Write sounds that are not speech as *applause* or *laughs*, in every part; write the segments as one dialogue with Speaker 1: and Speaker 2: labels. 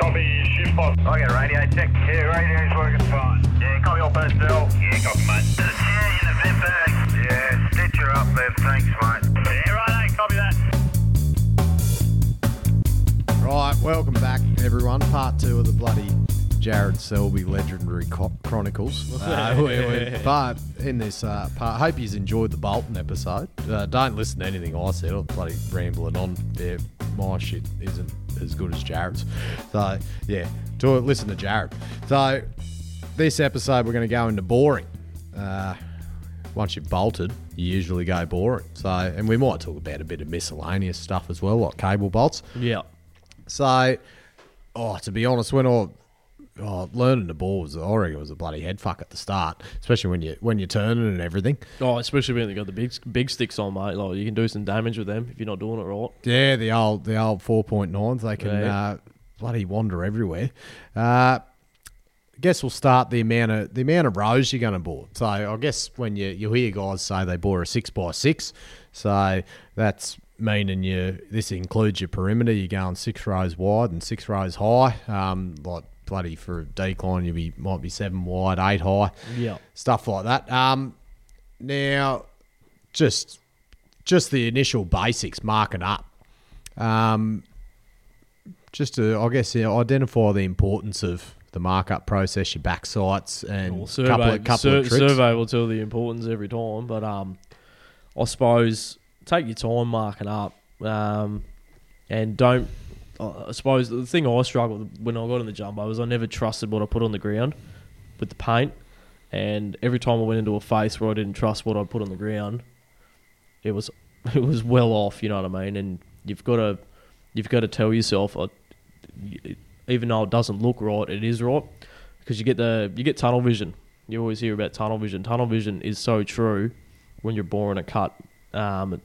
Speaker 1: Copy, shift box.
Speaker 2: Okay, radio check.
Speaker 1: Yeah, radio's working fine.
Speaker 2: Yeah, copy all personnel.
Speaker 1: Yeah, copy, mate.
Speaker 2: There's a chair in the vent bag. Yeah, stitch her up there. Thanks, mate.
Speaker 1: Yeah, right, copy that.
Speaker 3: Right, welcome back, everyone. Part two of the bloody Jared Selby Legendary Co- Chronicles. Uh, we- we- but in this uh, part, hope you've enjoyed the Bolton episode. Uh, don't listen to anything I said. I'm bloody rambling on. Yeah, my shit isn't as good as Jared's. So, yeah, do it, listen to Jared. So, this episode, we're going to go into boring. Uh, once you've bolted, you usually go boring. So, and we might talk about a bit of miscellaneous stuff as well, like cable bolts.
Speaker 4: Yeah.
Speaker 3: So, oh, to be honest, when I oh, learning the ball was, I reckon, it was a bloody head fuck at the start, especially when you when you're turning and everything.
Speaker 4: Oh, especially when they got the big big sticks on, mate. Like you can do some damage with them if you're not doing it right.
Speaker 3: Yeah, the old the old four point nines, they can
Speaker 4: Right.
Speaker 3: uh, bloody wander everywhere. Uh, guess we'll start the amount of the amount of rows you're going to bore. So I guess when you you hear guys say they bore a six by six, so that's meaning you this includes your perimeter. You're going six rows wide and six rows high. Um, like bloody for a decline, you be might be seven wide, eight high.
Speaker 4: Yeah.
Speaker 3: stuff like that. Um, now just just the initial basics marking up. Um, just to, I guess, yeah, identify the importance of the markup process, your back sites, and
Speaker 4: Well,
Speaker 3: a Mm. couple
Speaker 4: survey,
Speaker 3: of, couple
Speaker 4: sur-
Speaker 3: of tricks.
Speaker 4: survey will tell the importance every time, but um, I suppose take your time marking up, um, and don't. I I suppose the thing I struggled with when I got in the jumbo was I never trusted what I put on the ground with the paint, and every time I went into a face where I didn't trust what I put on the ground, it was *laughs* it was well off. You know what I mean? And you've got to you've got to tell yourself, uh, even though it doesn't look right, it is right because you get the you get tunnel vision. You always hear about tunnel vision. Tunnel vision is so true when you're boring a cut. Um,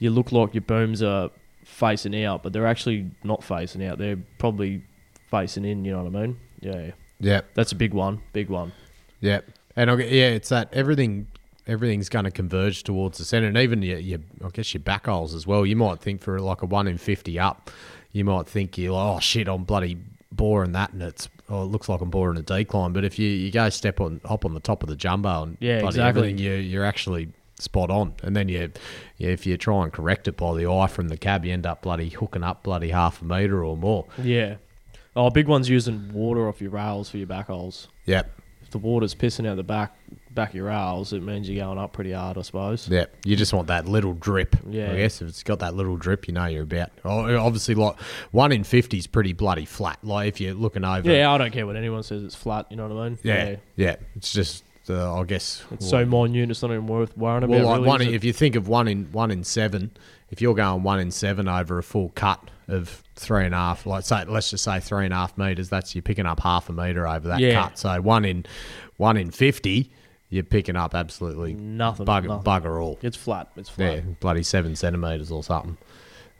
Speaker 4: you look like your booms are facing out, but they're actually not facing out. They're probably facing in. You know what I mean? Yeah,
Speaker 3: Yep,
Speaker 4: that's a big one. Big one.
Speaker 3: yep. And I, gue- yeah, it's that everything. Everything's going to converge towards the centre, and even your, your, I guess your back holes as well. You might think for like a one in fifty up, you might think you like, oh shit, I'm bloody boring that, and it's oh, it looks like I'm boring a decline. But if you, you go step on hop on the top of the jumbo and
Speaker 4: Yeah,
Speaker 3: bloody
Speaker 4: exactly.
Speaker 3: everything, you you're actually spot on. And then you, you if you try and correct it by the eye from the cab, you end up bloody hooking up bloody half a metre or more.
Speaker 4: Yeah. Oh, big one's using water off your rails for your back holes.
Speaker 3: Yep.
Speaker 4: If the water's pissing out the back back of your rails, it means you're going up pretty hard, I suppose.
Speaker 3: Yeah, you just want that little drip.
Speaker 4: Yeah.
Speaker 3: I guess if it's got that little drip, you know you're about. Oh, Obviously, like one in fifty is pretty bloody flat. Like if you're looking over.
Speaker 4: Yeah, I don't care what anyone says. It's flat. You know what I mean?
Speaker 3: yeah, yeah. It's just, uh, I guess.
Speaker 4: It's so minute, it's not even worth worrying about.
Speaker 3: well, like
Speaker 4: really,
Speaker 3: one.
Speaker 4: is
Speaker 3: In,
Speaker 4: it?
Speaker 3: if you think of one in one in seven, if you're going one in seven over a full cut of three and a half, like say, let's just say three and a half meters, that's you're picking up half a meter over that
Speaker 4: Yeah.
Speaker 3: cut. So one in one in fifty, you're picking up absolutely
Speaker 4: Nothing,
Speaker 3: bugger,
Speaker 4: nothing.
Speaker 3: bugger all.
Speaker 4: It's flat. It's flat.
Speaker 3: Yeah, bloody seven centimeters or something.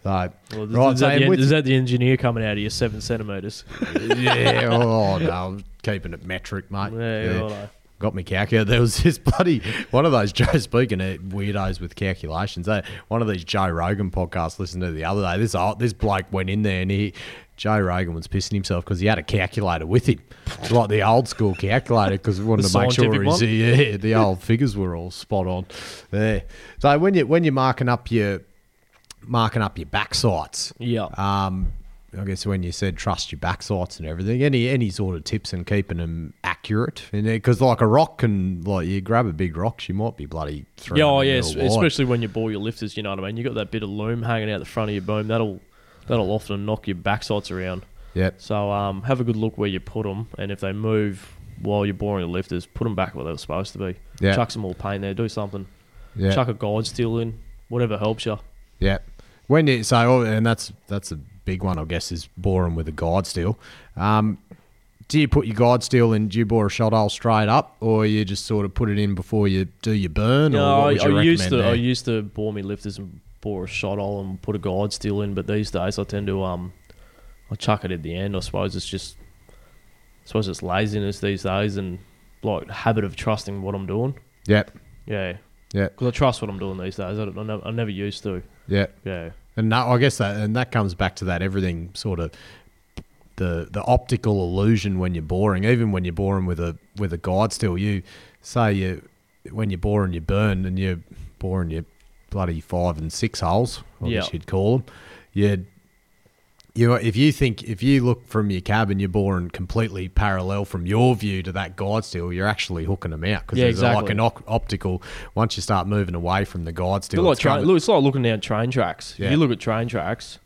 Speaker 3: So,
Speaker 4: Well, is,
Speaker 3: right,
Speaker 4: is,
Speaker 3: so
Speaker 4: that the,
Speaker 3: with-
Speaker 4: is that the engineer coming out of your seven centimeters?
Speaker 3: *laughs* yeah, oh no, I'm keeping it metric, mate.
Speaker 4: Yeah, righto.
Speaker 3: Got me calculator. There was this *laughs* bloody one of those *laughs* Joe speaking of weirdos with calculations. They, one of these Joe Rogan podcasts. Listened to the other day. This old, this bloke went in there and he Joe Rogan was pissing himself because he had a calculator with him, *laughs* like the old school calculator, because we wanted
Speaker 4: The
Speaker 3: to make sure
Speaker 4: scientific
Speaker 3: his,
Speaker 4: one?
Speaker 3: yeah, the old figures were all spot on. Yeah. So when you when you're marking up your marking up your back sights,
Speaker 4: yeah.
Speaker 3: um, I guess when you said trust your back sights and everything, any any sort of tips in keeping them accurate? Because like a rock can, like you grab a big rock, she might be bloody.
Speaker 4: yeah, oh,
Speaker 3: 300
Speaker 4: yeah,
Speaker 3: mil
Speaker 4: es-
Speaker 3: wide.
Speaker 4: especially when you bore your lifters, you know what I mean? you got that bit of loom hanging out the front of your boom. That'll that'll often knock your backsides around.
Speaker 3: Yep.
Speaker 4: So um, have a good look where you put them, and if they move while you're boring the lifters, put them back where they were supposed to be.
Speaker 3: Yeah.
Speaker 4: Chuck some more paint there, do something.
Speaker 3: Yeah.
Speaker 4: Chuck a guide steel in, whatever helps you.
Speaker 3: Yeah. When you so, oh, and that's that's a big one, I guess, is boring with a guide steel. Um, do you put your guide steel in? Do you bore a shot hole straight up, or you just sort of put it in before you do your burn? or
Speaker 4: No,
Speaker 3: what
Speaker 4: I,
Speaker 3: would you
Speaker 4: I used
Speaker 3: recommend
Speaker 4: to I
Speaker 3: there?
Speaker 4: used to bore me lifters and bore a shot hole and put a guide steel in, but these days I tend to um I chuck it at the end. I suppose it's just I suppose it's laziness these days and like habit of trusting what I'm doing.
Speaker 3: Yep.
Speaker 4: Yeah,
Speaker 3: Yep.
Speaker 4: because I trust what I'm doing these days. I, don't, I, never, I never used to.
Speaker 3: Yep.
Speaker 4: Yeah,
Speaker 3: And that, I guess that and that comes back to that everything sort of the the optical illusion when you're boring, even when you're boring with a with a guide still. You say you when you're boring, you burn, and you're boring your bloody five and six holes. I
Speaker 4: Yeah.
Speaker 3: guess you'd call them. You'd you if you think if you look from your cabin, you're boring completely parallel from your view to that guide still. You're actually hooking them out because
Speaker 4: Yeah,
Speaker 3: there's like
Speaker 4: exactly.
Speaker 3: an op- optical. Once you start moving away from the guide still,
Speaker 4: They're like
Speaker 3: it's
Speaker 4: train,
Speaker 3: covered-
Speaker 4: look, it's like looking down train tracks. If
Speaker 3: Yeah.
Speaker 4: you look at train tracks,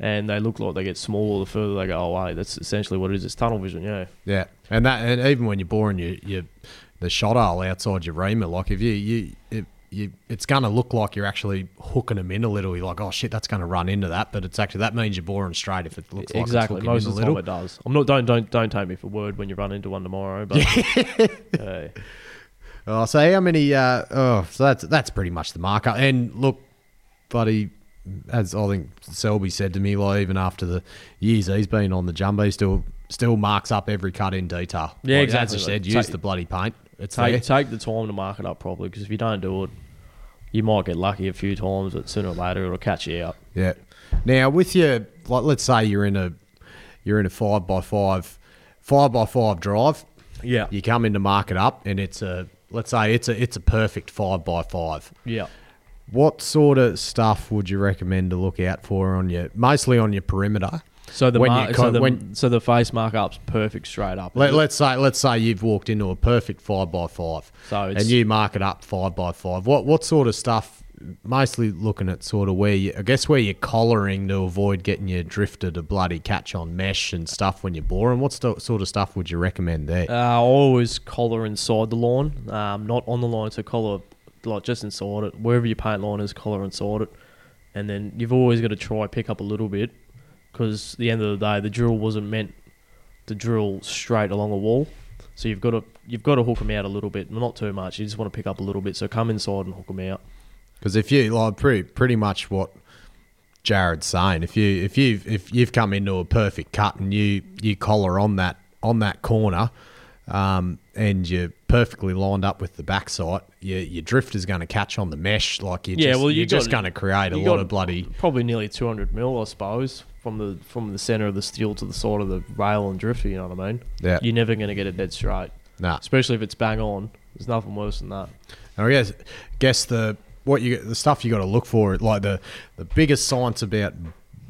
Speaker 4: and they look like they get smaller the further they go away. That's essentially what it is. It's tunnel vision. Yeah.
Speaker 3: Yeah, and that, and even when you're boring, you you the shot hole outside your reamer, like if you you. It, you, it's going to look like you're actually hooking them in a little. You're like, oh shit, that's going to run into that, but it's actually that means you're boring straight if it looks like
Speaker 4: exactly.
Speaker 3: It's hooking
Speaker 4: Most
Speaker 3: in
Speaker 4: of the
Speaker 3: a little.
Speaker 4: time it does. I'm not. Don't don't don't take me for word when you run into one tomorrow. But uh,
Speaker 3: *laughs*
Speaker 4: Hey.
Speaker 3: Oh, so how many? Uh, oh, so that's that's pretty much the marker. And look, buddy, as I think Selby said to me, like even after the years he's been on the jumbo, he still still marks up every cut in detail.
Speaker 4: Yeah,
Speaker 3: Like,
Speaker 4: exactly.
Speaker 3: As I said,
Speaker 4: Like,
Speaker 3: use
Speaker 4: take-
Speaker 3: the bloody paint. It's
Speaker 4: take
Speaker 3: there.
Speaker 4: take the time to mark it up properly because if you don't do it, you might get lucky a few times, but sooner or later it'll catch you out.
Speaker 3: Yeah. Now with your like let's say you're in a you're in a five by five five by five drive.
Speaker 4: Yeah.
Speaker 3: You come in to mark it up and it's a let's say it's a it's a perfect five by five.
Speaker 4: Yeah.
Speaker 3: What sort of stuff would you recommend to look out for on your mostly on your perimeter?
Speaker 4: So the
Speaker 3: When
Speaker 4: mar-
Speaker 3: you
Speaker 4: so
Speaker 3: co-
Speaker 4: the
Speaker 3: when-
Speaker 4: so the face markup's perfect straight up.
Speaker 3: Let, let's say let's say you've walked into a perfect five by five,
Speaker 4: So it's-
Speaker 3: and you mark it up five by five. What what sort of stuff? Mostly looking at sort of where you, I guess where you're collaring to avoid getting your drifter to bloody catch on mesh and stuff when you're boring. What sto- sort of stuff would you recommend there?
Speaker 4: uh, I always collar inside the line, um, not on the line. So collar like just inside it, wherever your paint line is, collar inside it, and then you've always got to try pick up a little bit because the end of the day, the drill wasn't meant to drill straight along a wall. So you've got to you've got to hook them out a little bit, not too much. You just want to pick up a little bit. So come inside and hook them out.
Speaker 3: Because if you like pretty pretty much what Jared's saying, if you if you if you've come into a perfect cut and you you collar on that on that corner, um, and you're perfectly lined up with the backside, your your drift is going to catch on the mesh. Like you're
Speaker 4: Yeah,
Speaker 3: just,
Speaker 4: well, you
Speaker 3: you're just
Speaker 4: got-
Speaker 3: going to create a
Speaker 4: You
Speaker 3: lot
Speaker 4: got
Speaker 3: of bloody
Speaker 4: probably nearly 200 mil, I suppose, from the from the center of the steel to the side of the rail and drifter. You know what I mean?
Speaker 3: Yeah.
Speaker 4: You're never going to get it dead straight.
Speaker 3: nah.
Speaker 4: especially if it's bang on. There's nothing worse than that.
Speaker 3: And I guess guess the what you the stuff you got to look for like the the biggest science about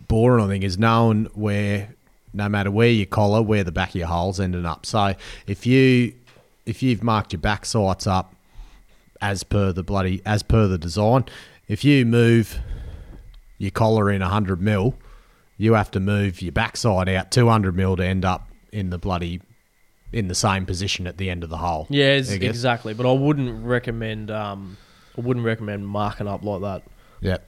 Speaker 3: boring I think is knowing where no matter where you collar where the back of your hole's ending up. So if you if you've marked your back sights up as per the bloody as per the design, if you move your collar in 100 mil, you have to move your backside out 200 mil to end up in the bloody in the same position at the end of the hole.
Speaker 4: Yeah, it's,
Speaker 3: I guess.
Speaker 4: exactly. But I wouldn't recommend. Um, I wouldn't recommend marking up like that.
Speaker 3: Yeah.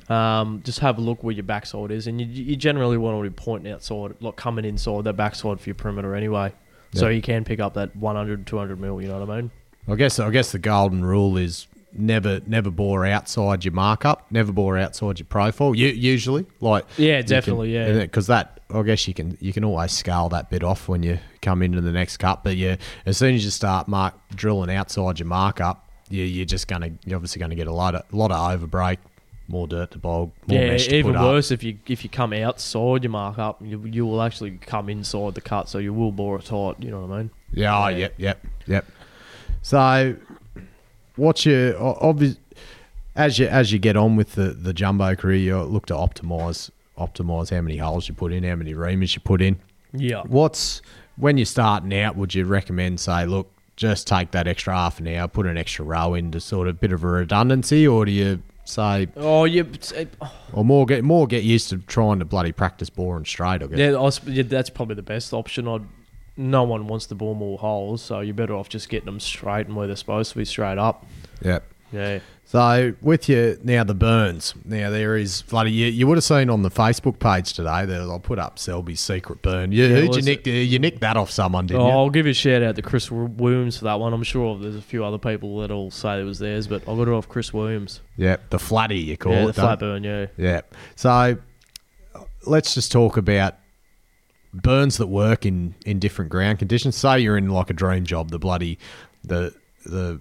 Speaker 4: Um, just have a look where your backside is, and you, you generally want to be pointing outside, like coming inside that backside for your perimeter anyway. So
Speaker 3: Yeah.
Speaker 4: you can pick up that 100, 200 mil. You know what I mean?
Speaker 3: I guess I guess the golden rule is never never bore outside your markup, never bore outside your profile. You, usually, like
Speaker 4: Yeah, definitely, yeah.
Speaker 3: because that I guess you can you can always scale that bit off when you come into the next cut. But yeah, as soon as you start mark drilling outside your markup, you, you're just gonna you're obviously gonna get a lot of lot of overbreak, more dirt to bog, more
Speaker 4: yeah,
Speaker 3: mesh to
Speaker 4: even
Speaker 3: put up.
Speaker 4: worse if you if you come outside your markup, you, you will actually come inside the cut, so you will bore it tight. You know what I mean?
Speaker 3: Yeah, oh, yep, yep, yep. So, what's your obvious as you as you get on with the the jumbo career, you look to optimize optimize how many holes you put in, how many reamers you put in.
Speaker 4: Yeah.
Speaker 3: What's when you're starting out? Would you recommend say, look, just take that extra half an hour, put an extra row in to sort of bit of a redundancy, or do you say,
Speaker 4: Oh, yeah. it's- it-
Speaker 3: or more get more get used to trying to bloody practice boring straight? I guess.
Speaker 4: Yeah, I was, yeah, that's probably the best option. I'd, no one wants to bore more holes, so you're better off just getting them straight and where they're supposed to be straight up.
Speaker 3: Yep.
Speaker 4: Yeah.
Speaker 3: So with you now the burns. Now there is bloody you, you would have seen on the Facebook page today that I put up Selby's secret burn. You, who'd you
Speaker 4: was
Speaker 3: nick you nicked that off someone, didn't
Speaker 4: Oh,
Speaker 3: you?
Speaker 4: I'll give you a shout out to Chris Williams for that one. I'm sure there's a few other people that'll say it was theirs, but I got it off Chris Williams.
Speaker 3: Yeah, the flatty you call
Speaker 4: yeah,
Speaker 3: it.
Speaker 4: the
Speaker 3: don't-
Speaker 4: flat burn, yeah.
Speaker 3: Yeah. So let's just talk about burns that work in in different ground conditions. Say you're in like a dream job, the bloody the the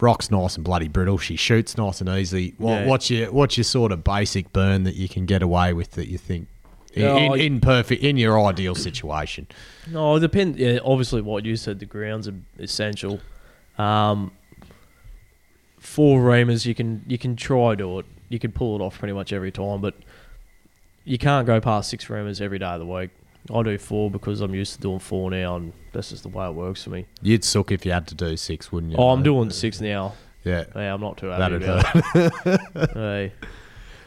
Speaker 3: rock's nice and bloody brittle. She shoots nice and easy. What,
Speaker 4: Yeah.
Speaker 3: What's your what's your sort of basic burn that you can get away with that you think In,
Speaker 4: Yeah,
Speaker 3: in,
Speaker 4: I-
Speaker 3: in perfect, in your ideal situation.
Speaker 4: No, it depends. Yeah, obviously, what you said, the grounds are essential. Um, for reamers, you can you can try do it. You can pull it off pretty much every time, but you can't go past six reamers every day of the week. I do four because I'm used to doing four now, and that's just the way it works for me.
Speaker 3: You'd suck if you had to do six, wouldn't you?
Speaker 4: oh, I'm
Speaker 3: mate?
Speaker 4: doing six now.
Speaker 3: Yeah,
Speaker 4: Yeah, I'm not too happy
Speaker 3: that'd
Speaker 4: about
Speaker 3: hurt.
Speaker 4: it.
Speaker 3: *laughs*
Speaker 4: Hey.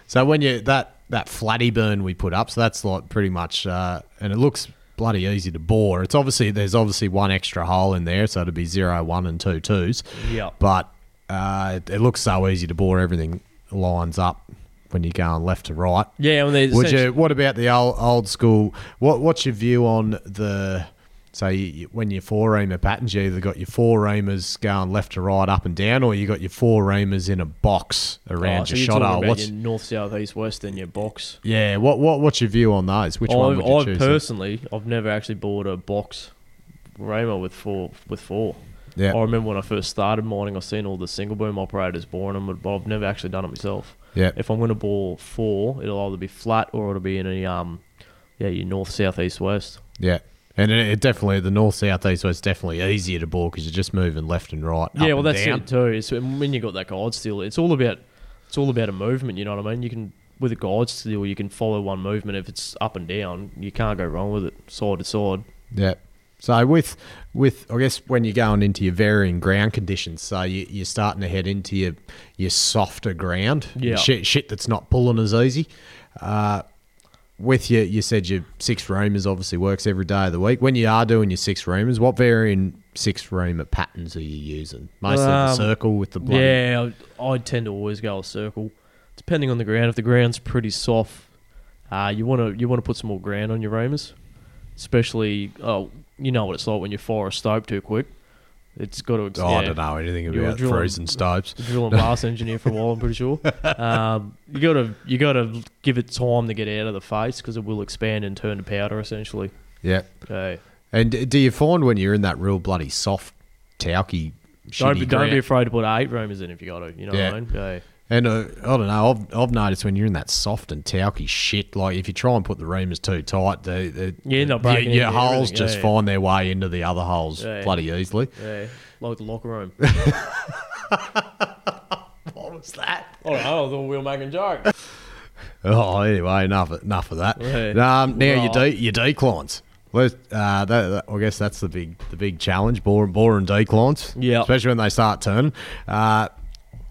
Speaker 3: So when you that that flatty burn we put up, so that's like pretty much, uh, and it looks bloody easy to bore. It's obviously there's obviously one extra hole in there, so it'd be zero, one, and two twos.
Speaker 4: Yep.
Speaker 3: But uh, it, it looks so easy to bore. Everything lines up when you're going left to right.
Speaker 4: Yeah, when they
Speaker 3: Would you? What about the old old school? What What's your view on the? So you, you- when your four reamer patterns, you either got your four reamers going left to right, up and down, or you got your four reamers in a box around
Speaker 4: Oh, so
Speaker 3: your
Speaker 4: you're
Speaker 3: shot
Speaker 4: talking
Speaker 3: hole.
Speaker 4: about
Speaker 3: What's
Speaker 4: your north, south, east, west, and your box.
Speaker 3: yeah, what what what's your view on those? Which one
Speaker 4: I've,
Speaker 3: would you
Speaker 4: I've
Speaker 3: choose?
Speaker 4: personally, I've never actually bought a box Raymer with four. With four,
Speaker 3: yeah,
Speaker 4: I remember when I first started mining, I seen all the single boom operators boring them, but I've never actually done it myself.
Speaker 3: yeah,
Speaker 4: If I'm going to bore four, it'll either be flat or it'll be in a um, yeah, your north, south, east, west.
Speaker 3: yeah. And it, it definitely the north south east west definitely easier to bore because you're just moving left and right. up
Speaker 4: yeah, well,
Speaker 3: and
Speaker 4: that's
Speaker 3: down.
Speaker 4: it too. It's when you got that guide steel, it's all about it's all about a movement. You know what I mean? You can with a guide steel, you can follow one movement. If it's up and down, you can't go wrong with it. Side to side.
Speaker 3: Yeah. So with with I guess when you're going into your varying ground conditions, so you, you're starting to head into your your softer ground,
Speaker 4: Yeah.
Speaker 3: shit, shit that's not pulling as easy. Uh, with your you said your six reamers obviously works every day of the week. When you are doing your six reamers, what varying six reamer patterns are you using? Mostly the
Speaker 4: Um,
Speaker 3: circle with the bloody
Speaker 4: Yeah, I, I tend to always go a circle, depending on the ground. If the ground's pretty soft, uh, you want to you want to put some more ground on your reamers, especially oh you know what it's like when you fire a stove too quick. It's got to.
Speaker 3: Oh, I don't know anything
Speaker 4: You're
Speaker 3: about
Speaker 4: drilling-
Speaker 3: frozen stoves.
Speaker 4: Drill and
Speaker 3: *laughs*
Speaker 4: blast engineer for a while, I'm pretty sure. Um, you gotta you gotta give it time to get out of the face because it will expand and turn to powder essentially.
Speaker 3: Yeah.
Speaker 4: Okay.
Speaker 3: And d- do you find when you're in that real bloody soft, talky,
Speaker 4: Don't
Speaker 3: shitty
Speaker 4: be, don't
Speaker 3: ground-
Speaker 4: be afraid to put eight reamers in if you got to. You know
Speaker 3: Yeah.
Speaker 4: what I mean? Okay.
Speaker 3: And uh, I don't know. I've, I've noticed when you're in that soft and talky shit, like if you try and put the reamers too tight, the, the
Speaker 4: You end up
Speaker 3: your-
Speaker 4: breaking
Speaker 3: your
Speaker 4: into
Speaker 3: holes
Speaker 4: everything,
Speaker 3: just
Speaker 4: yeah.
Speaker 3: find their way into the other holes
Speaker 4: Yeah.
Speaker 3: bloody easily.
Speaker 4: Yeah. Like the locker
Speaker 3: *laughs*
Speaker 4: room.
Speaker 3: What was that?
Speaker 4: All right, I thought we were making jokes.
Speaker 3: Oh, anyway, enough enough of that.
Speaker 4: Yeah.
Speaker 3: Um, now your de-
Speaker 4: Right.
Speaker 3: your declines. Well, uh, that, that- I guess that's the big the big challenge. Boring, boring declines.
Speaker 4: Yeah.
Speaker 3: especially when they start turning. Uh,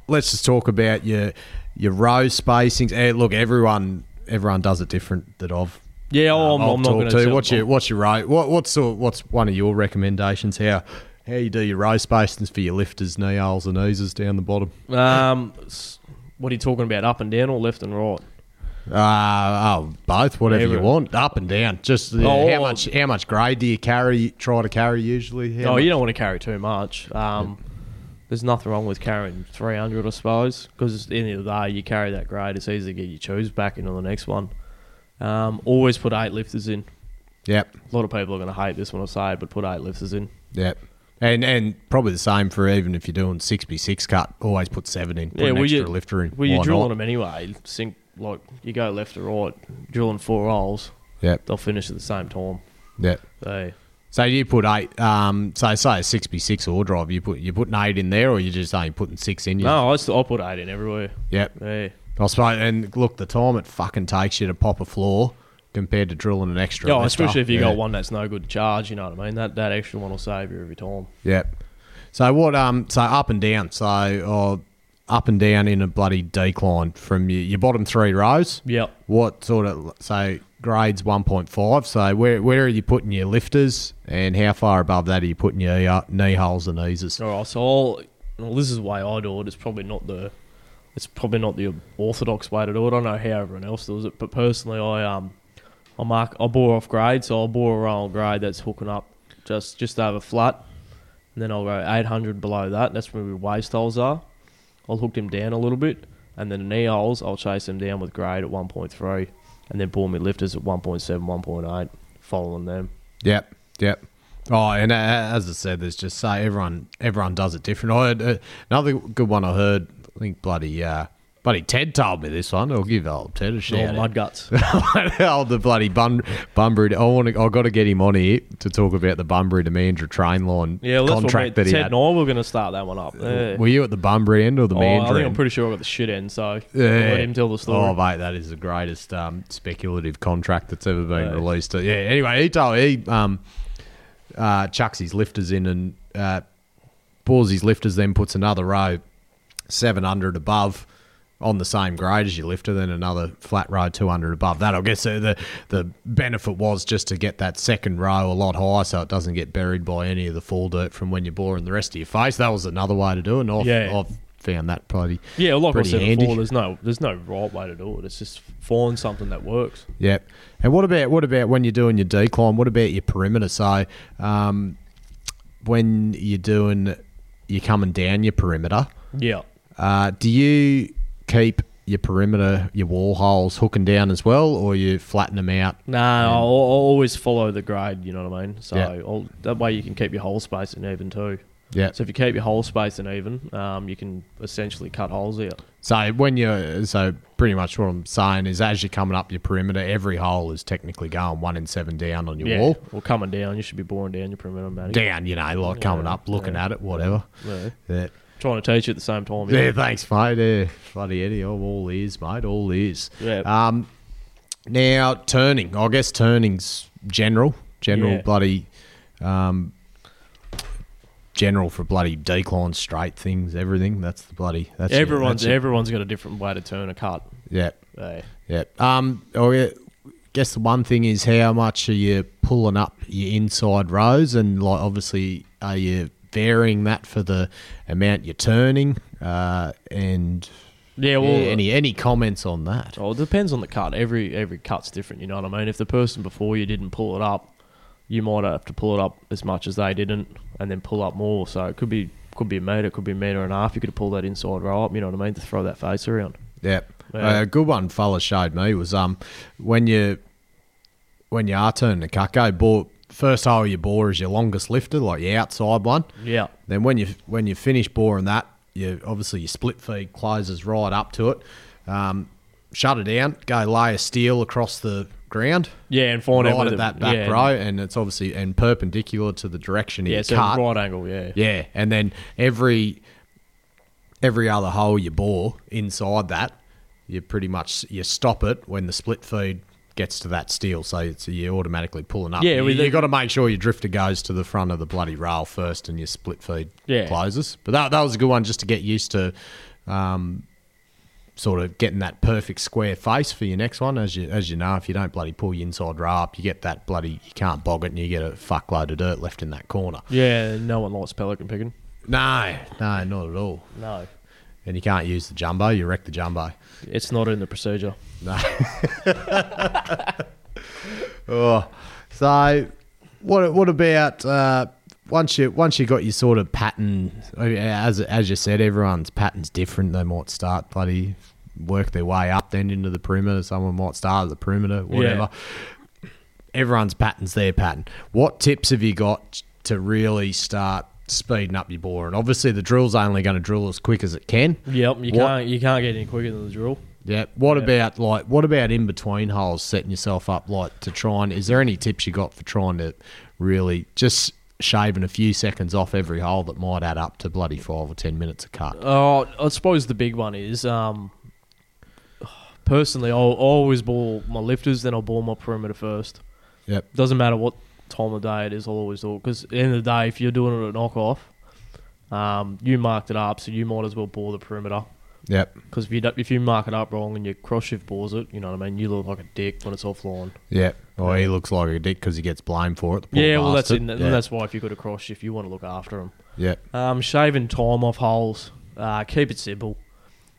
Speaker 3: let's just talk about your your row spacings. Eh, look, everyone everyone does it different that I've
Speaker 4: Yeah, oh,
Speaker 3: Um,
Speaker 4: I'm, I'm not
Speaker 3: I'll
Speaker 4: going
Speaker 3: talk
Speaker 4: to.
Speaker 3: What's your what's your row? What, what's sort- what's one of your recommendations? How how you do your row spacings for your lifters, knee holes, and eases down the bottom?
Speaker 4: Um, s- what are you talking about? Up and down or left and right?
Speaker 3: Uh, oh, both, whatever you
Speaker 4: Every-
Speaker 3: want, up and down. Just uh,
Speaker 4: Oh,
Speaker 3: how
Speaker 4: oh.
Speaker 3: much how much grade do you carry? Try to carry usually. How
Speaker 4: Oh,
Speaker 3: much-
Speaker 4: you don't want to carry too much. Um, there's nothing wrong with carrying 300, I suppose, because at the end of the day, you carry that grade, it's easy to get your shoes back into the next one. Um, always put eight lifters in.
Speaker 3: Yep,
Speaker 4: A lot of people are going to hate this when I say it, but put eight lifters in.
Speaker 3: yep. And and probably the same for even if you're doing six by six cut, always put seven in. Put an
Speaker 4: well,
Speaker 3: extra
Speaker 4: you-
Speaker 3: lifter in.
Speaker 4: Well, you're
Speaker 3: Why
Speaker 4: drilling
Speaker 3: not?
Speaker 4: them anyway. Sink, like, you go left to right, drilling four holes,
Speaker 3: Yep,
Speaker 4: they'll finish at the same time.
Speaker 3: yep.
Speaker 4: So,
Speaker 3: So you put eight. Um, so say a six by six or drive. You put you putting eight in there, or you just only putting six in. You
Speaker 4: no, I, still, I put eight in everywhere.
Speaker 3: Yep.
Speaker 4: Yeah.
Speaker 3: I suppose, and look, the time it fucking takes you to pop a floor compared to drilling an extra.
Speaker 4: Yeah,
Speaker 3: lift
Speaker 4: especially
Speaker 3: up.
Speaker 4: if you
Speaker 3: Yeah.
Speaker 4: got one that's no good to charge, you know what I mean? That that extra one will save you every time.
Speaker 3: Yep. So what? Um. So up and down. So uh, up and down in a bloody decline from your, your bottom three rows.
Speaker 4: Yep.
Speaker 3: What sort of so grades one point five? So where where are you putting your lifters, and how far above that are you putting your uh, knee holes and eases?
Speaker 4: All right, so I'll, well, this is the way I do it. It's probably not the it's probably not the orthodox way to do it. I don't know how everyone else does it, but personally, I um I mark I bore off grade, so I'll bore a roll grade that's hooking up just just over flat, and then I'll go 800 below that. That's where my waist holes are. I'll hook them down a little bit, and then the knee holes I'll chase them down with grade at 1.3, and then bore my lifters at 1.7, 1.8, following them.
Speaker 3: Yep, yep. Oh, and uh, as I said, there's just say everyone everyone does it different. I heard, uh, another good one I heard. I think bloody uh, Buddy Ted told me this one. I'll give old Ted a
Speaker 4: Or
Speaker 3: shout. out.
Speaker 4: mudguts.
Speaker 3: *laughs* oh, the bloody Bun Bunbury. I want to. I got to get him on here to talk about the Bunbury to Mandra train line
Speaker 4: *laughs* Yeah, well, that's
Speaker 3: contract
Speaker 4: what
Speaker 3: that
Speaker 4: me,
Speaker 3: he
Speaker 4: Ted
Speaker 3: had.
Speaker 4: and I were going to start that one up. Yeah.
Speaker 3: Were you at the Bunbury end or the
Speaker 4: Oh, I
Speaker 3: Mandra?
Speaker 4: think I'm
Speaker 3: end?
Speaker 4: pretty sure I got the shit end, so I'll
Speaker 3: Yeah.
Speaker 4: let him tell the story.
Speaker 3: Oh, mate, that is the greatest um, speculative contract that's ever been
Speaker 4: Yeah.
Speaker 3: released. Uh, Yeah. Anyway, he told he um, uh, chucks his lifters in and uh, pours his lifters, then puts another row seven hundred above on the same grade as your lifter, then another flat row two hundred above that. I guess uh, the the benefit was just to get that second row a lot higher, so it doesn't get buried by any of the fall dirt from when you're boring the rest of your face. That was another way to do it. And I've,
Speaker 4: Yeah.
Speaker 3: I've found that probably
Speaker 4: yeah, well, like I
Speaker 3: pretty
Speaker 4: said
Speaker 3: handy.
Speaker 4: before, there's no there's no right way to do it. It's just find something that works.
Speaker 3: Yep. And what about what about when you're doing your decline? What about your perimeter? So, um, when you're doing you're coming down your perimeter,
Speaker 4: Yeah.
Speaker 3: uh, do you keep your perimeter, your wall holes hooking down as well, or you flatten them out?
Speaker 4: No, I'll, I'll always follow the grade. You know what I mean. So
Speaker 3: Yeah.
Speaker 4: I'll, that way you can keep your hole space and even too.
Speaker 3: Yeah.
Speaker 4: So if you keep your hole space and even, um, you can essentially cut holes out.
Speaker 3: So when you're so pretty much what I'm saying is as you're coming up your perimeter, every hole is technically going one in seven down on your
Speaker 4: Yeah.
Speaker 3: wall.
Speaker 4: Or coming down, you should be boring down your perimeter, matty.
Speaker 3: Down, you know, like coming
Speaker 4: Yeah,
Speaker 3: up, looking
Speaker 4: yeah.
Speaker 3: at it, whatever.
Speaker 4: Yeah.
Speaker 3: Yeah.
Speaker 4: Trying to teach you at the same time.
Speaker 3: Yeah, thanks, mate. Yeah, bloody Eddie, I'm all ears, mate. All ears.
Speaker 4: Yeah.
Speaker 3: Um, now turning, I guess turning's general, general
Speaker 4: Yeah.
Speaker 3: bloody, um, general for bloody decline, straight things, everything. That's the bloody. That's it,
Speaker 4: everyone's
Speaker 3: that's it.
Speaker 4: everyone's got a different way to turn a cut. eh?
Speaker 3: Yeah,
Speaker 4: Yeah.
Speaker 3: yeah. Um, I guess the one thing is how much are you pulling up your inside rows, and like obviously are you varying that for the amount you're turning, uh, and
Speaker 4: Yeah. Well,
Speaker 3: yeah, any any comments on that?
Speaker 4: Oh, it depends on the cut. Every every cut's different. You know what I mean. If the person before you didn't pull it up, you might have to pull it up as much as they didn't, and then pull up more. So it could be could be a meter, could be a meter and a half. You could have pulled that inside row up. You know what I mean? To throw that face around.
Speaker 3: Yep.
Speaker 4: Yeah.
Speaker 3: A Uh, good one fella showed me was um when you when you are turning the cut go bore first hole you bore is your longest lifter, like your outside one.
Speaker 4: Yeah.
Speaker 3: Then when you when you finish boring that, you obviously your split feed closes right up to it. Um, shut it down, go lay a steel across the ground.
Speaker 4: Yeah, and find out
Speaker 3: Right
Speaker 4: whether
Speaker 3: at
Speaker 4: the-
Speaker 3: that back
Speaker 4: yeah,
Speaker 3: row, and it's obviously and perpendicular to the direction of
Speaker 4: Yeah,
Speaker 3: your
Speaker 4: so
Speaker 3: cut.
Speaker 4: right angle. Yeah.
Speaker 3: Yeah, and then every every other hole you bore inside that, you pretty much you stop it when the split feed gets to that steel, so it's, you're automatically pulling up.
Speaker 4: Yeah,
Speaker 3: you,
Speaker 4: with the-
Speaker 3: you got to make sure your drifter goes to the front of the bloody rail first, and your split feed
Speaker 4: Yeah.
Speaker 3: closes. But that that was a good one just to get used to. Um, Sort of getting that perfect square face for your next one, as you as you know, if you don't bloody pull your inside rail up, you get that bloody you can't bog it, and you get a fuckload of dirt left in that corner.
Speaker 4: Yeah. No one likes pelican picking.
Speaker 3: No, no, not at all.
Speaker 4: No.
Speaker 3: And you can't use the jumbo. You wreck the jumbo.
Speaker 4: It's not in the procedure.
Speaker 3: No. oh, so what? What about uh, once you once you got your sort of pattern? I mean, As as you said, everyone's pattern's different. They might start bloody work their way up then into the perimeter. Someone might start at the perimeter, whatever. Everyone's pattern's their pattern. What tips have you got to really start speeding up your bore? And obviously, the drill's only going to drill as quick as it can.
Speaker 4: Yep. You
Speaker 3: What-
Speaker 4: can't you can't get any quicker than the drill.
Speaker 3: yeah. What about like what about in between holes setting yourself up like to try and is there any tips you got for trying to really just shaving a few seconds off every hole that might add up to bloody five or ten minutes a cut?
Speaker 4: Oh, I suppose the big one is um, personally, I'll I'll always ball my lifters, then I'll ball my perimeter first.
Speaker 3: Yep.
Speaker 4: Doesn't matter what time of day it is, I'll always do it. Because at the end of the day, if you're doing it at knockoff, um, you marked it up, so you might as well ball the perimeter.
Speaker 3: Yep.
Speaker 4: Because if you don't, if you mark it up wrong and your cross shift balls it, you know what I mean. You look like a dick when it's offline.
Speaker 3: Yep. Well, he looks like a dick because he gets blamed for it. the poor
Speaker 4: yeah, well, that's it.
Speaker 3: bastard.
Speaker 4: and
Speaker 3: Yeah.
Speaker 4: That's why if you've got a cross shift, you want to look after them.
Speaker 3: Yep.
Speaker 4: Um, shaving time off holes. Uh, keep it simple.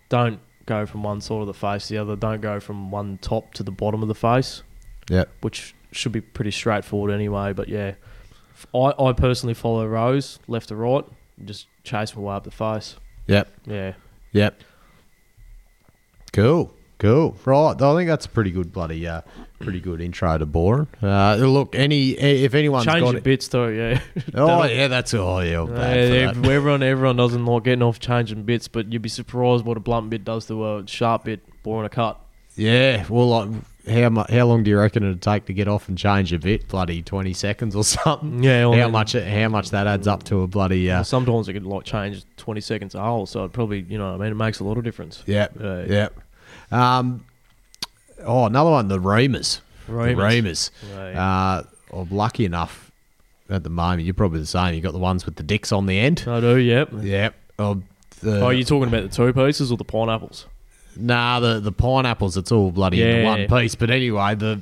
Speaker 4: Don't go from one side of the face to the other. Don't go from one top to the bottom of the face,
Speaker 3: Yep.
Speaker 4: which should be pretty straightforward anyway. But yeah, I, I personally follow rows left to right. and Just chase my way up the face.
Speaker 3: Yep.
Speaker 4: Yeah.
Speaker 3: Yep. Cool. Cool. Right. I think that's a pretty good bloody, uh, pretty good intro to boring. Uh, look, any if anyone's
Speaker 4: Change
Speaker 3: got
Speaker 4: your bits though, yeah. *laughs*
Speaker 3: Oh yeah, that's oh yeah. I'm
Speaker 4: Uh,
Speaker 3: bad for that.
Speaker 4: ev- everyone, everyone doesn't like getting off changing bits, but you'd be surprised what a blunt bit does to a sharp bit, boring a cut.
Speaker 3: Yeah, well, like, how mu- how long do you reckon it'd take to get off and change a bit? Bloody twenty seconds or *laughs* something.
Speaker 4: Yeah, well,
Speaker 3: how
Speaker 4: then-
Speaker 3: much it- how much that adds up to a bloody uh,
Speaker 4: Sometimes it could like change twenty seconds a whole, so it probably you know what I mean it makes a lot of difference.
Speaker 3: yeah
Speaker 4: Uh,
Speaker 3: yeah. Um, oh, another one, the Reamers.
Speaker 4: Reamers.
Speaker 3: The
Speaker 4: Oh,
Speaker 3: Reamers.
Speaker 4: yeah.
Speaker 3: Uh, I'm lucky enough at the moment. You're probably the same. You got the ones with the dicks on the end.
Speaker 4: I do, yep.
Speaker 3: Yeah. Oh, the,
Speaker 4: Oh, you're talking about the two pieces or the pineapples?
Speaker 3: Nah, the the pineapples. It's all bloody in
Speaker 4: Yeah.
Speaker 3: one piece. But anyway, the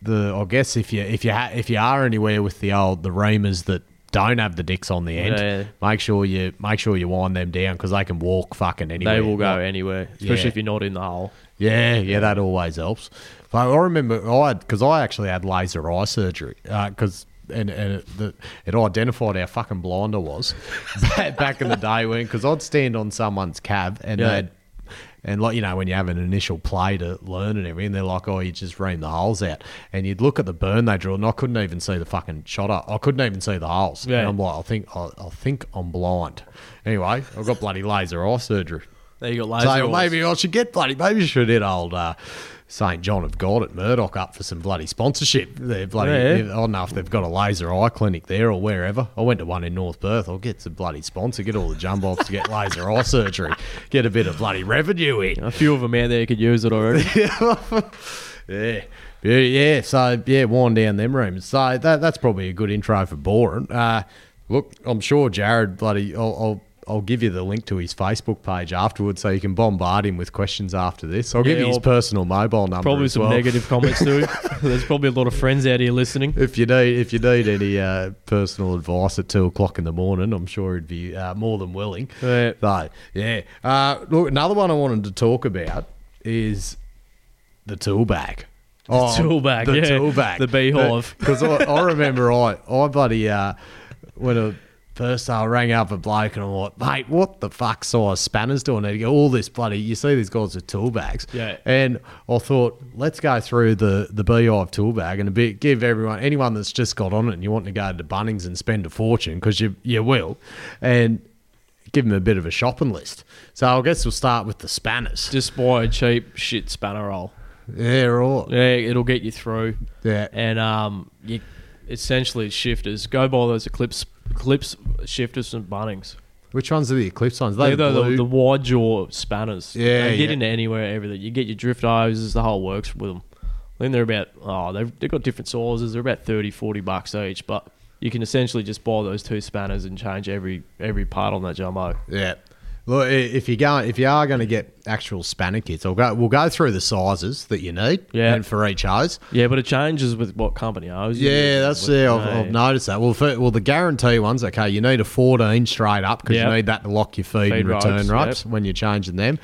Speaker 3: the I guess if you if you ha- if you are anywhere with the old the reamers that don't have the dicks on the end,
Speaker 4: Yeah.
Speaker 3: make sure you make sure you wind them down because they can walk fucking anywhere.
Speaker 4: They will go anywhere, especially
Speaker 3: Yeah.
Speaker 4: if you're not in the hole.
Speaker 3: Yeah, yeah, that always helps. But I remember I because I actually had laser eye surgery because. and, and it, the, it identified how fucking blind I was *laughs* back, back in the day when because I'd stand on someone's cab and
Speaker 4: Yeah.
Speaker 3: they'd and like you know when you have an initial play to learn and everything they're like oh you just ream the holes out and you'd look at the burn they drew and I couldn't even see the fucking shot up I couldn't even see the holes
Speaker 4: Yeah.
Speaker 3: and I'm like I think I, I think I'm blind anyway I've got bloody laser eye surgery
Speaker 4: There you got
Speaker 3: so
Speaker 4: laser.
Speaker 3: well,
Speaker 4: eyes.
Speaker 3: maybe I should get bloody. Maybe I should hit old uh, St John of God at Murdoch up for some bloody sponsorship. They're bloody.
Speaker 4: Yeah.
Speaker 3: I don't know if they've got a laser eye clinic there or wherever. I went to one in North Perth. I'll get some bloody sponsor. Get all the jumbobs to get *laughs* laser eye surgery. Get a bit of bloody revenue in.
Speaker 4: a few of them out there could use it
Speaker 3: *laughs*
Speaker 4: already.
Speaker 3: Yeah. Yeah, yeah, so yeah, worn down them rooms. So that that's probably a good intro for boring. Uh, look, I'm sure Jared bloody, I'll, I'll I'll give you the link to his Facebook page afterwards, so you can bombard him with questions after this. I'll give
Speaker 4: Yeah,
Speaker 3: you his
Speaker 4: or
Speaker 3: personal mobile number.
Speaker 4: probably
Speaker 3: as
Speaker 4: some
Speaker 3: well.
Speaker 4: negative comments
Speaker 3: *laughs*
Speaker 4: too. There's probably a lot of friends out here listening.
Speaker 3: If you need if you need any uh, personal advice at two o'clock in the morning, I'm sure he'd be uh, more than willing.
Speaker 4: Yeah.
Speaker 3: So yeah, uh, look, another one I wanted to talk about is the tool bag. Oh,
Speaker 4: tool bag,
Speaker 3: the
Speaker 4: yeah.
Speaker 3: tool bag,
Speaker 4: The beehive.
Speaker 3: Because I, I remember *laughs* I I bloody uh, when I first I rang up a bloke and I'm like, mate, what the fuck size spanners doing? They go all this bloody. You see these guys with tool bags,
Speaker 4: Yeah.
Speaker 3: and I thought, let's go through the the beehive tool bag and a bit give everyone anyone that's just got on it and you want to go to Bunnings and spend a fortune because you you will, and give them a bit of a shopping list. So I guess we'll start with the spanners.
Speaker 4: Just buy a cheap shit spanner roll.
Speaker 3: yeah, right.
Speaker 4: Yeah, it'll get you through.
Speaker 3: Yeah.
Speaker 4: and um, you essentially it's shifters. Go buy those Eclipse Eclipse shifters and Bunnings.
Speaker 3: Which ones are the Eclipse ones? They
Speaker 4: They're the,
Speaker 3: blue?
Speaker 4: the, the wide jaw spanners.
Speaker 3: Yeah,
Speaker 4: they get
Speaker 3: yeah.
Speaker 4: into anywhere, everything. You get your drift hoses, the whole works with them. Then they're about oh they've they've got different sizes. They're about 30, 40 bucks each, but you can essentially just buy those two spanners and change every every part on that jumbo.
Speaker 3: Yeah. Look, i- if you go, if you are going to get actual spanner kits, I'll go. We'll go through the sizes that you need,
Speaker 4: Yeah.
Speaker 3: and for each hose.
Speaker 4: Yeah, but it changes with what company owns. you. eh?
Speaker 3: Yeah, that's yeah. I've, I've noticed that. Well, for, well, the guarantee ones. Okay, you need a fourteen straight up because
Speaker 4: Yep.
Speaker 3: you need that to lock your feed,
Speaker 4: Feed
Speaker 3: and return
Speaker 4: ropes,
Speaker 3: ropes,
Speaker 4: yep.
Speaker 3: when you're changing them.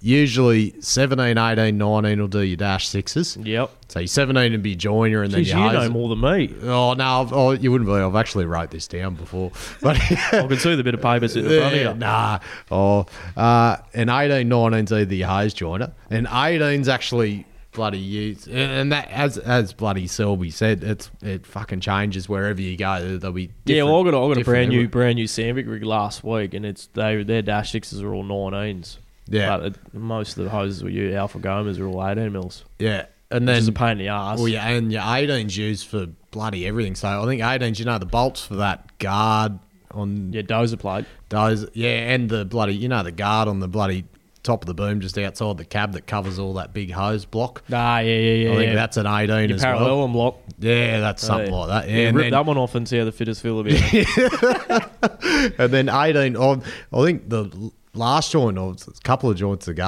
Speaker 3: Usually 17, 18, 19 will do your dash sixes.
Speaker 4: Yep.
Speaker 3: So your seventeen would be joiner, and then
Speaker 4: Jeez,
Speaker 3: your
Speaker 4: you know
Speaker 3: hose-
Speaker 4: more than me.
Speaker 3: Oh no! I've, oh, you wouldn't believe I've actually wrote this down before, but *laughs*
Speaker 4: I can see the bit of paper sitting in front of
Speaker 3: yeah,
Speaker 4: you.
Speaker 3: Nah. Oh, uh, an 18, 19's either your hose joiner, and 18's actually bloody used. And, and that, as as bloody Selby said, it's it fucking changes wherever you go. There'll be
Speaker 4: Yeah, well, I got a, I got a
Speaker 3: different
Speaker 4: brand new
Speaker 3: everywhere.
Speaker 4: brand new Sandvik rig last week, and it's they their dash sixes are all nineteens.
Speaker 3: Yeah.
Speaker 4: but it, most of the hoses we use, Alpha Gomas, are all eighteen mils.
Speaker 3: yeah, and
Speaker 4: Which
Speaker 3: then
Speaker 4: is a pain in the ass.
Speaker 3: Well, yeah, and your 18's used for bloody everything. So I think 18's, you know, the bolts for that guard on
Speaker 4: yeah, dozer plate.
Speaker 3: those, yeah, and the bloody, you know, the guard on the bloody top of the boom just outside the cab that covers all that big hose block.
Speaker 4: Ah, yeah, yeah, yeah.
Speaker 3: I think
Speaker 4: yeah.
Speaker 3: that's an 18 as
Speaker 4: parallel
Speaker 3: well.
Speaker 4: and lock.
Speaker 3: Yeah, that's something
Speaker 4: Yeah.
Speaker 3: like that. Yeah,
Speaker 4: Yeah,
Speaker 3: and,
Speaker 4: rip
Speaker 3: then,
Speaker 4: that one off and see how the fitters feel about *laughs* it.
Speaker 3: and then 18, on, I think the l- last joint or s- couple of joints ago,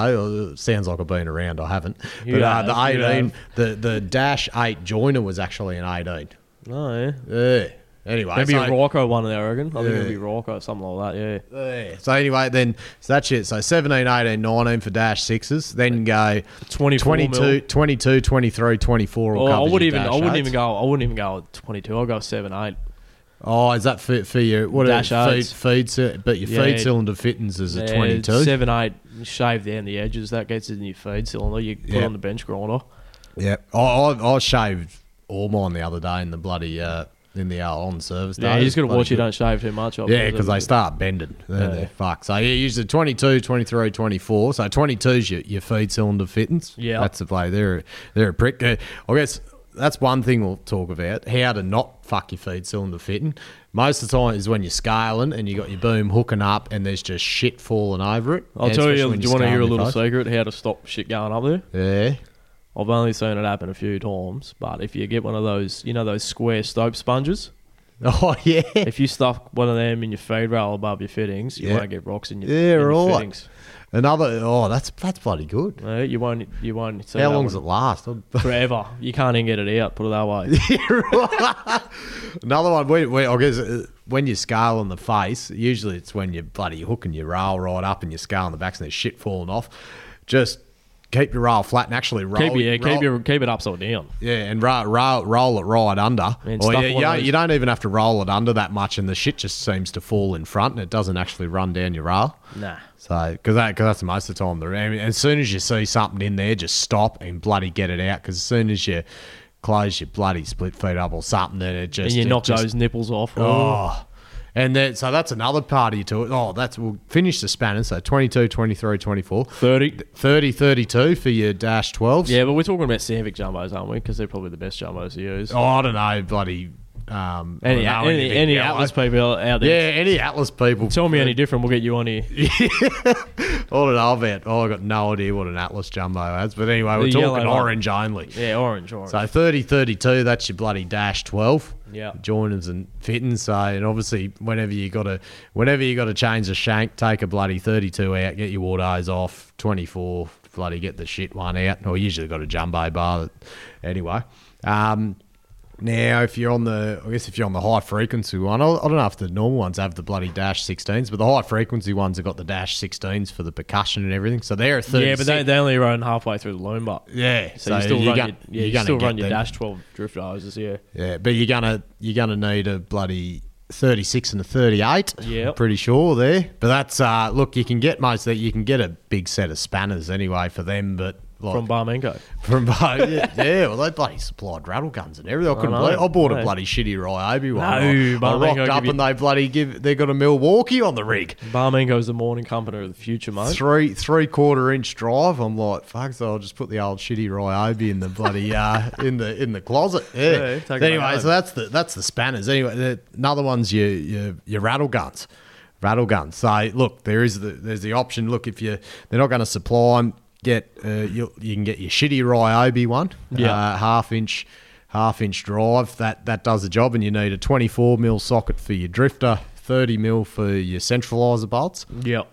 Speaker 3: uh, it sounds like I've been around, I haven't.
Speaker 4: You
Speaker 3: but
Speaker 4: have,
Speaker 3: uh,
Speaker 4: you
Speaker 3: the 18, the, the dash 8 joiner was actually an 18.
Speaker 4: No, yeah.
Speaker 3: Yeah. Anyway,
Speaker 4: maybe
Speaker 3: so,
Speaker 4: a Ryko one there, I reckon. I think it'll
Speaker 3: Yeah.
Speaker 4: be Ryko, something like that. Yeah,
Speaker 3: yeah. so anyway, then so that's it. So 17, 18, 19 for dash sixes. Then go
Speaker 4: 24 mil.
Speaker 3: 22, 22 23, 24. will
Speaker 4: Or Oh, I would
Speaker 3: cover your
Speaker 4: even,
Speaker 3: dash
Speaker 4: I wouldn't
Speaker 3: eights.
Speaker 4: even go, I wouldn't even go with twenty two. I'll go seven eight.
Speaker 3: Oh, is that for, for your what
Speaker 4: Dash
Speaker 3: are, feed,
Speaker 4: eights.
Speaker 3: feed cy- But your
Speaker 4: Yeah.
Speaker 3: feed cylinder fittings is a
Speaker 4: Yeah,
Speaker 3: twenty-two.
Speaker 4: Uh, Seven, eight, shave down the edges. That gets in your feed cylinder. You put
Speaker 3: Yeah.
Speaker 4: on the bench grinder.
Speaker 3: Yeah, I, I I shaved all mine the other day in the bloody uh, in the uh, on service.
Speaker 4: Yeah,
Speaker 3: day.
Speaker 4: you just got to
Speaker 3: Bloody
Speaker 4: watch you
Speaker 3: good.
Speaker 4: don't shave too much.
Speaker 3: Yeah, because they start bending. They're,
Speaker 4: Yeah.
Speaker 3: they're fucked. So yeah, usually 22, 23, 24. So 22 is your, your feed cylinder fittings.
Speaker 4: Yeah.
Speaker 3: That's the play. They're, they're a prick. Uh, I guess that's one thing we'll talk about, how to not fuck your feed cylinder fitting. Most of the time is when you're scaling and you got your boom hooking up and there's just shit falling over it.
Speaker 4: I'll
Speaker 3: Yeah,
Speaker 4: tell
Speaker 3: especially
Speaker 4: you.
Speaker 3: when
Speaker 4: Do you want to
Speaker 3: scaling
Speaker 4: hear a
Speaker 3: your
Speaker 4: little
Speaker 3: face.
Speaker 4: secret how to stop shit going up there?
Speaker 3: Yeah.
Speaker 4: I've only seen it happen a few times, but if you get one of those, you know, those square stope sponges,
Speaker 3: Oh, yeah. *laughs*
Speaker 4: if you stuff one of them in your feed rail above your fittings, you
Speaker 3: Yeah.
Speaker 4: won't get rocks in your,
Speaker 3: Yeah,
Speaker 4: in your
Speaker 3: right.
Speaker 4: fittings.
Speaker 3: Another, oh, that's that's bloody good.
Speaker 4: No, you won't. You won't. see
Speaker 3: How
Speaker 4: that
Speaker 3: long does it
Speaker 4: one *laughs*
Speaker 3: last? *laughs*
Speaker 4: Forever. You can't even get it out. Put it that way.
Speaker 3: Another one, we, we, I guess uh, when you scale on the face, usually it's when you're bloody hooking your rail right up and you scale on the backs and there's shit falling off. Just keep your rail flat and actually roll
Speaker 4: keep it. Yeah,
Speaker 3: roll-
Speaker 4: keep your keep it upside down.
Speaker 3: yeah, and roll, roll, roll it right under.
Speaker 4: And
Speaker 3: Or
Speaker 4: stuff one
Speaker 3: yeah, you,
Speaker 4: of
Speaker 3: don't,
Speaker 4: those-
Speaker 3: you don't even have to roll it under that much, and the shit just seems to fall in front and it doesn't actually run down your rail.
Speaker 4: Nah.
Speaker 3: So, because that, 'cause that's most of the time. The, I mean, as soon as you see something in there, just stop and bloody get it out. Because as soon as you close your bloody split feet up or something, then it just
Speaker 4: And you
Speaker 3: it
Speaker 4: knock
Speaker 3: just
Speaker 4: those nipples off.
Speaker 3: Oh. And then, so that's another party to it. Oh, that's we'll finish the spanner. So 22, 23, 24,
Speaker 4: 30.
Speaker 3: 30, 32 for your dash 12s.
Speaker 4: Yeah, but we're talking about Sandvik jumbos, aren't we? Because they're probably the best jumbos to use.
Speaker 3: Oh, I don't know, bloody. Um, I
Speaker 4: any
Speaker 3: don't know
Speaker 4: any,
Speaker 3: anything
Speaker 4: any
Speaker 3: yellow.
Speaker 4: Atlas people out
Speaker 3: Yeah,
Speaker 4: there?
Speaker 3: any Atlas people.
Speaker 4: Tell me any different, we'll get you on here.
Speaker 3: *laughs* I don't know about. Oh, I got no idea what an Atlas jumbo is. But anyway, we're
Speaker 4: The yellow
Speaker 3: talking
Speaker 4: one.
Speaker 3: orange only.
Speaker 4: Yeah, orange, orange.
Speaker 3: So 30, 32, that's your bloody dash 12.
Speaker 4: Yeah.
Speaker 3: Joiners and fittings. So, and obviously, whenever you got to, whenever you got to change the shank, take a bloody 32 out, get your water hose off, 24, bloody get the shit one out. Or usually got a jumbo bar. That, anyway. Um, now, if you're on the, I guess if you're on the high frequency one, I, I don't know if the normal ones have the bloody dash 16s, but the high frequency ones have got the dash 16s for the percussion and everything. So they're a 30.
Speaker 4: yeah, but they, they only run halfway through the loom bar.
Speaker 3: yeah,
Speaker 4: So, you still run your, yeah, you
Speaker 3: gonna
Speaker 4: still run
Speaker 3: get
Speaker 4: your
Speaker 3: them.
Speaker 4: dash twelve drift hoses, yeah.
Speaker 3: Yeah, but you're gonna you're gonna need a bloody thirty six and a thirty eight.
Speaker 4: Yep.
Speaker 3: pretty sure there. But that's uh, look, you can get most of that. You can get a big set of spanners anyway for them, but. Like,
Speaker 4: From Barmenko.
Speaker 3: from Bar- *laughs* yeah, yeah, well, they bloody supplied rattle guns and everything. I couldn't
Speaker 4: know,
Speaker 3: believe. I bought a
Speaker 4: no.
Speaker 3: bloody shitty Ryobi one.
Speaker 4: No,
Speaker 3: I- I,
Speaker 4: Barmenko
Speaker 3: rocked
Speaker 4: give
Speaker 3: up
Speaker 4: you-
Speaker 3: and they bloody give. They got a Milwaukee on the rig,
Speaker 4: Barmenko's the morning company of the future, mate.
Speaker 3: three three quarter inch drive. I'm like, fuck, so I'll just put the old shitty Ryobi in the bloody uh,
Speaker 4: *laughs*
Speaker 3: in the in the closet. Yeah.
Speaker 4: Yeah, take it back
Speaker 3: anyway,
Speaker 4: home.
Speaker 3: so that's the that's the spanners. Anyway, the, another one's your, your your rattle guns, rattle guns. So look, there is the there's the option. Look, if you they're not going to supply 'em, get uh, you you can get your shitty Ryobi one,
Speaker 4: Yeah.
Speaker 3: uh, half inch. Half inch drive that that does the job, and you need a 24 mil socket for your drifter, 30 mil for your centralizer bolts,
Speaker 4: Yep.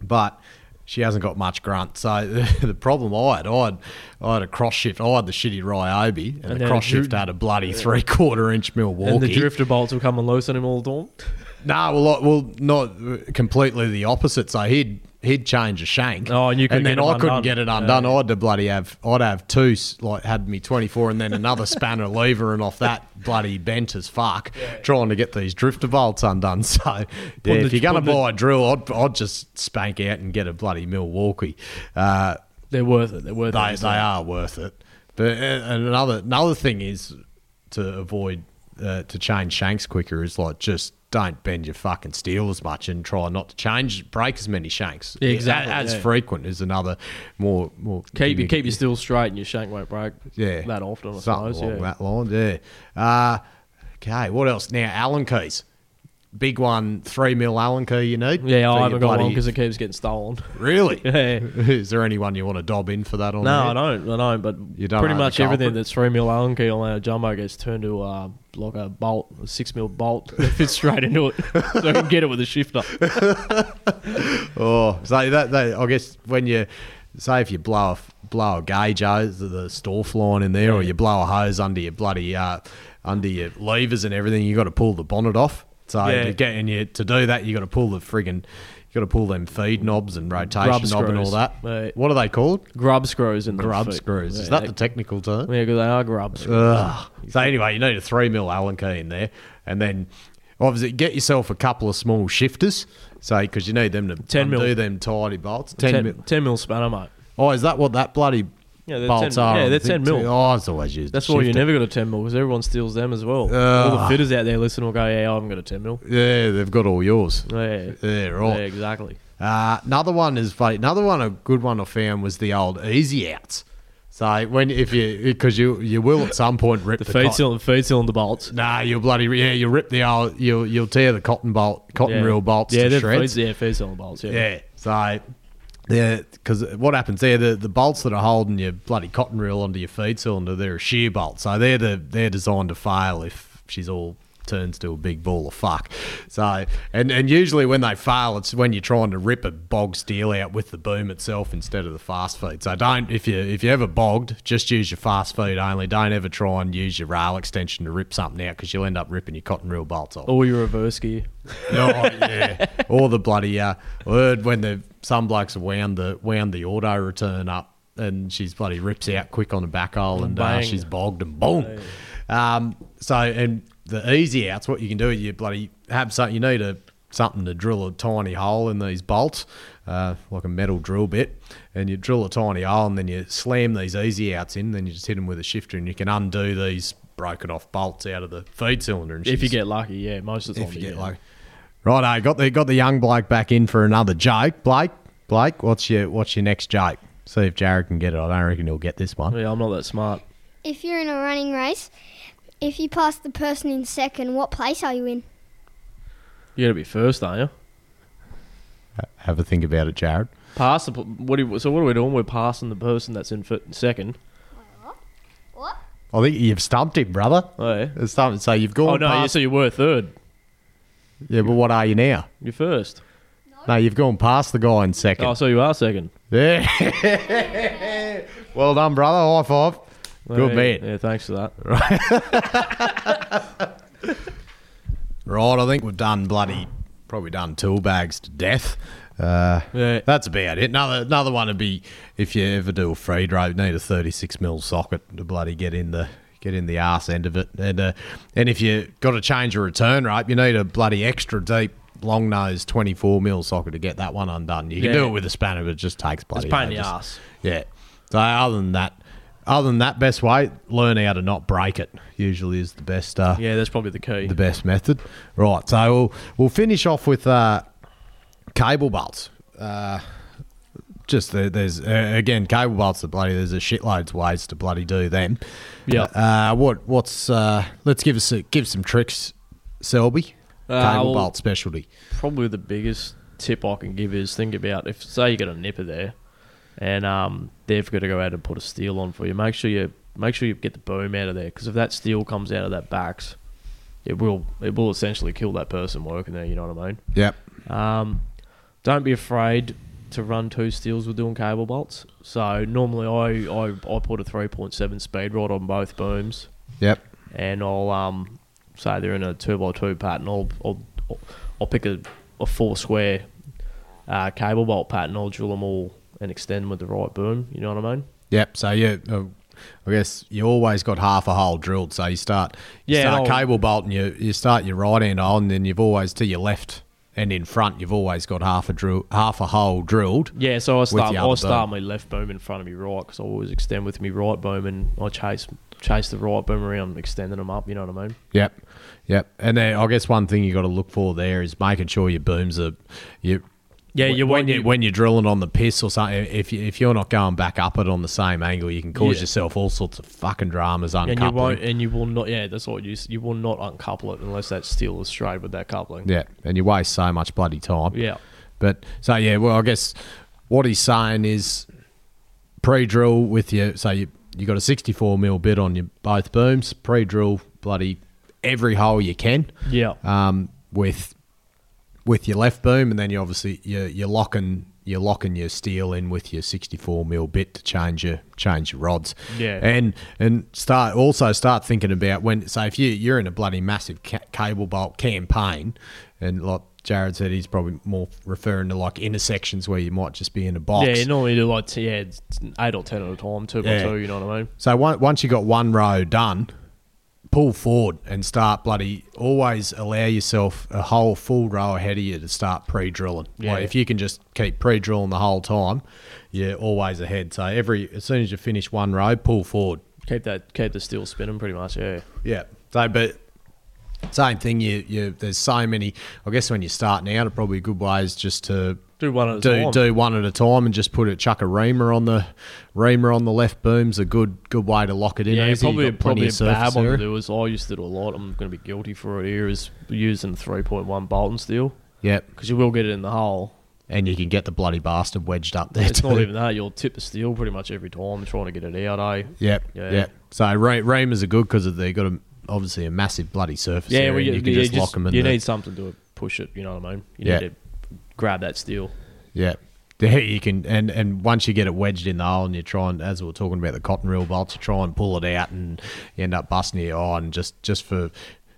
Speaker 3: but she hasn't got much grunt. So *laughs* the, problem I had, I had, I had a cross shift. I had the shitty Ryobi, and,
Speaker 4: then
Speaker 3: the cross
Speaker 4: the dri-
Speaker 3: shift had a bloody three quarter inch Milwaukee.
Speaker 4: And the drifter bolts will come and loosen him all the time.
Speaker 3: No, well, I- well, not completely the opposite. So he'd he'd change a shank.
Speaker 4: Oh, and you couldn't
Speaker 3: then
Speaker 4: get it
Speaker 3: I couldn't
Speaker 4: undone.
Speaker 3: get it undone. I'd to bloody have I'd have two s- like had me twenty four, and
Speaker 4: *laughs*
Speaker 3: then another spanner lever, and off that bloody bent as fuck, trying to get these drifter bolts undone. *laughs* So yeah,
Speaker 4: Putting
Speaker 3: if
Speaker 4: the-
Speaker 3: you're gonna
Speaker 4: putting the-
Speaker 3: buy a drill, I'd I'd just spank out and get a bloody Milwaukee. Uh,
Speaker 4: They're worth it. They're worth
Speaker 3: they
Speaker 4: it.
Speaker 3: they are worth it. But uh, and another another thing is to avoid uh, to change shanks quicker is like just don't bend your fucking steel as much and try not to change break as many shanks.
Speaker 4: Yeah, exactly,
Speaker 3: A- As,
Speaker 4: yeah.
Speaker 3: frequent is another more more
Speaker 4: Keep you keep your steel straight and your shank won't break.
Speaker 3: yeah
Speaker 4: That often, I
Speaker 3: something
Speaker 4: suppose. Yeah.
Speaker 3: along that line. Yeah. Uh, okay, what else now? Allen keys, big one, three mil Allen key you need.
Speaker 4: Yeah,
Speaker 3: for
Speaker 4: I
Speaker 3: your
Speaker 4: haven't got one
Speaker 3: bloody-
Speaker 4: because it keeps getting stolen.
Speaker 3: really.
Speaker 4: *laughs* Yeah.
Speaker 3: *laughs* Is there anyone you want to dob in for that? On
Speaker 4: No,
Speaker 3: there?
Speaker 4: I don't. I don't. But
Speaker 3: You don't
Speaker 4: pretty
Speaker 3: know the
Speaker 4: much everything
Speaker 3: culprit?
Speaker 4: that's three mil Allen key on a jumbo gets turned to uh, like a bolt, a six mil bolt *laughs* that fits straight into it, *laughs* so I can get it with a shifter.
Speaker 3: Oh, so that, that I guess when you say if you blow a blow a gauge hose, the- the store line in there, or you blow a hose under your bloody uh, under your levers and everything, you got to pull the bonnet off. So
Speaker 4: Yeah.
Speaker 3: to get and you to do that, you got to pull the friggin' you got to pull them feed knobs and rotation
Speaker 4: Grub
Speaker 3: knob and all
Speaker 4: screws,
Speaker 3: that.
Speaker 4: mate.
Speaker 3: What are they called?
Speaker 4: Grub screws and
Speaker 3: Grub screws. Is that the Uh, technical term?
Speaker 4: yeah, because they are grub screws.
Speaker 3: Ugh. So anyway, you need a three mil Allen key in there, and then obviously get yourself a couple of small shifters, so because you need them to
Speaker 4: 10 mil.
Speaker 3: undo them tidy bolts. Ten,
Speaker 4: 10,
Speaker 3: mil.
Speaker 4: 10 mil spanner, mate.
Speaker 3: Oh, is that what that bloody
Speaker 4: Yeah, they're
Speaker 3: bolts
Speaker 4: 10
Speaker 3: are?
Speaker 4: yeah,
Speaker 3: on
Speaker 4: they're
Speaker 3: thing
Speaker 4: 10 mil.
Speaker 3: too? Oh, it's always used.
Speaker 4: That's why you
Speaker 3: shifter. Ah.
Speaker 4: never got a 10 mil because everyone steals them as well. All the
Speaker 3: Ugh.
Speaker 4: fitters out there listening will go, yeah, I haven't got a 10 mil.
Speaker 3: Yeah, they've got all yours.
Speaker 4: Yeah,
Speaker 3: Yeah,
Speaker 4: yeah
Speaker 3: right.
Speaker 4: exactly.
Speaker 3: Uh, another one is funny. Another one, a good one I found was the old easy outs. So when if you because you you will at some point rip
Speaker 4: The
Speaker 3: the,
Speaker 4: feed
Speaker 3: cot-
Speaker 4: cylinder, feed cylinder bolts.
Speaker 3: Nah, you'll bloody yeah, you rip the old you'll you'll tear the cotton bolt cotton
Speaker 4: Yeah.
Speaker 3: reel bolts
Speaker 4: Yeah,
Speaker 3: to
Speaker 4: they're
Speaker 3: shreds.
Speaker 4: feed, yeah, feed cylinder bolts. Yeah.
Speaker 3: Yeah. So, yeah, because what happens there, the, the bolts that are holding your bloody cotton reel onto your feed cylinder, they're a shear bolt. So they're the they're designed to fail if she's all turns to a big ball of fuck. So, and and usually when they fail, it's when you're trying to rip a bog steel out with the boom itself instead of the fast feed. So don't if you if you ever bogged, just use your fast feed only. Don't ever try and use your rail extension to rip something out because you'll end up ripping your cotton reel bolts off.
Speaker 4: Or your reverse gear.
Speaker 3: *laughs* Oh, yeah. All the bloody uh, word when the some blokes have wound the wound the auto return up and she's bloody rips out quick on the back hole and uh,
Speaker 4: Bang.
Speaker 3: she's bogged and boom. Um, so and the easy outs, what you can do, you bloody have something. You need a something to drill a tiny hole in these bolts, uh, like a metal drill bit, and you drill a tiny hole and then you slam these easy outs in. Then you just hit them with a shifter and you can undo these broken off bolts out of the feed cylinder. And
Speaker 4: If you
Speaker 3: she's-
Speaker 4: get lucky, yeah, most of the time.
Speaker 3: if you get
Speaker 4: yeah.
Speaker 3: like right i got the got the young bloke back in for another joke blake blake what's your what's your next joke see if jared can get it i don't reckon he'll get this one
Speaker 4: Yeah, I'm not that smart.
Speaker 5: If you're in a running race, if you pass the person in second, what place are you in?
Speaker 4: You got to be first, aren't you?
Speaker 3: have a think about it jared
Speaker 4: Pass the. p- What do you, so what are we doing? We're passing the person that's in fir- second.
Speaker 5: What?
Speaker 3: i think you've stumped him brother
Speaker 4: Oh, yeah.
Speaker 3: It's stumped- so you've gone
Speaker 4: Oh no! You,
Speaker 3: past
Speaker 4: so you were third.
Speaker 3: yeah but what are you now
Speaker 4: You're first.
Speaker 3: no you've gone past the guy in second
Speaker 4: Oh, so you are second.
Speaker 3: yeah *laughs* well done brother high five good
Speaker 4: yeah,
Speaker 3: man
Speaker 4: Yeah, thanks for
Speaker 3: *laughs*
Speaker 4: that.
Speaker 3: Right, I think we've done bloody, probably done tool bags to death. Uh,
Speaker 4: Yeah.
Speaker 3: That's about it. Another another one would be if you ever do a free drive, need a 36 mil socket to bloody get in the get in the arse end of it. And uh, and if you got to change a return rope, you need a bloody extra deep long nose 24 mil socket to get that one undone. You
Speaker 4: Yeah.
Speaker 3: can do it with a spanner, but it just takes bloody.
Speaker 4: It's a pain in the
Speaker 3: ages.
Speaker 4: ass.
Speaker 3: Yeah. So other than that, other than that, best way learn how to not break it. Usually is the best. Uh,
Speaker 4: Yeah, that's probably the key.
Speaker 3: the best method. Right, so we'll, we'll finish off with uh, cable bolts. Uh, just the, there's uh, again cable bolts are bloody. There's a shitloads of ways to bloody do them.
Speaker 4: Yeah.
Speaker 3: Uh, what what's uh, let's give us a, give some tricks, Selby.
Speaker 4: Uh,
Speaker 3: cable
Speaker 4: well-
Speaker 3: bolt specialty.
Speaker 4: probably the biggest tip I can give is think about if say you got a nipper there, and um, they've got to go out and put a steel on for you. Make sure you make sure you get the boom out of there because if that steel comes out of that backs, it will it will essentially kill that person working there. You know what I mean?
Speaker 3: Yep.
Speaker 4: Um, don't be afraid to run two steels with doing cable bolts. So normally I I, I put a three point seven speed rod on both booms
Speaker 3: Yep.
Speaker 4: and I'll um say they're in a two by two pattern. I'll I'll, I'll pick a, a four square uh, cable bolt pattern. I'll drill them all and extend with the right boom. You know what I mean?
Speaker 3: Yep. So yeah, uh, I guess you always got half a hole drilled. So you start, you
Speaker 4: Yeah,
Speaker 3: start
Speaker 4: and I'll-
Speaker 3: cable bolt and you you start your right hand hole, and then you've always to your left and in front, you've always got half a drill, half a hole drilled.
Speaker 4: Yeah. So I start
Speaker 3: the
Speaker 4: I
Speaker 3: other
Speaker 4: start my left boom in front of me right because I always extend with me right boom and I chase chase the right boom around, extending them up. You know what I mean?
Speaker 3: Yep. Yep. And then I guess one thing you got to look for there is making sure your booms are you.
Speaker 4: Yeah,
Speaker 3: when-
Speaker 4: you
Speaker 3: when
Speaker 4: want-
Speaker 3: you when you're drilling on the piss or something, if you, if you're not going back up it on the same angle, you can cause
Speaker 4: Yeah.
Speaker 3: yourself all sorts of fucking dramas.
Speaker 4: And
Speaker 3: Uncoupling.
Speaker 4: you won't and you will not. Yeah, that's what you s- you will not uncouple it unless that steel is straight with that coupling.
Speaker 3: Yeah, and you waste so much bloody time.
Speaker 4: Yeah.
Speaker 3: But so yeah, well, I guess what he's saying is pre-drill with your so you you got a 64 mil bit on your both booms, pre-drill bloody every hole you can.
Speaker 4: Yeah.
Speaker 3: Um, with with your left boom, and then you obviously you you're locking you're locking your steel in with your 64 mil bit to change your change your rods.
Speaker 4: Yeah.
Speaker 3: and and start also start thinking about when. So if you you're in a bloody massive ca- cable bolt campaign, and like Jared said, he's probably more referring to like intersections where you might just be in a box.
Speaker 4: Yeah, you normally do like t- yeah, it's eight or ten at a time, two by
Speaker 3: Yeah.
Speaker 4: two. You know what I mean?
Speaker 3: So on- once you got one row done, pull forward and start bloody always allow yourself a whole full row ahead of you to start pre-drilling.
Speaker 4: Yeah.
Speaker 3: Like if you can just keep pre-drilling the whole time, you're always ahead. So every as soon as you finish one row, pull forward.
Speaker 4: Keep that, keep the steel spinning, pretty much. Yeah.
Speaker 3: Yeah. So, but same thing. You, you there's so many. I guess when you're starting out, probably a good way is just to
Speaker 4: Do one at a
Speaker 3: do
Speaker 4: time.
Speaker 3: do one at a time and just put a chuck a reamer on the reamer on the left boom's a good good way to lock it in.
Speaker 4: Yeah,
Speaker 3: easy. You've
Speaker 4: probably
Speaker 3: got plenty
Speaker 4: probably a
Speaker 3: of
Speaker 4: bad
Speaker 3: surface
Speaker 4: one to
Speaker 3: area.
Speaker 4: do is I used to do a lot. I'm going to be guilty for it here is using 3.1 Bolton steel
Speaker 3: Yep,
Speaker 4: because you will get it in the hole.
Speaker 3: and you can get the bloody bastard wedged up there.
Speaker 4: It's
Speaker 3: *laughs*
Speaker 4: not
Speaker 3: too.
Speaker 4: even that. You'll tip the steel pretty much every time trying to get it out, eh?
Speaker 3: Yep,
Speaker 4: Yeah.
Speaker 3: yep. So re- reamers are good because they got a, obviously a massive bloody surface
Speaker 4: Yeah,
Speaker 3: area.
Speaker 4: well,
Speaker 3: and
Speaker 4: you,
Speaker 3: you can
Speaker 4: yeah,
Speaker 3: just lock them in.
Speaker 4: You
Speaker 3: the,
Speaker 4: need something to push it. You know what I mean? You
Speaker 3: Yeah.
Speaker 4: need to grab that steel.
Speaker 3: Yeah. Yeah, you can, and, and once you get it wedged in the hole, and you try and, as we were talking about the cotton reel bolts, you try and pull it out, and you end up busting your eye, and just just for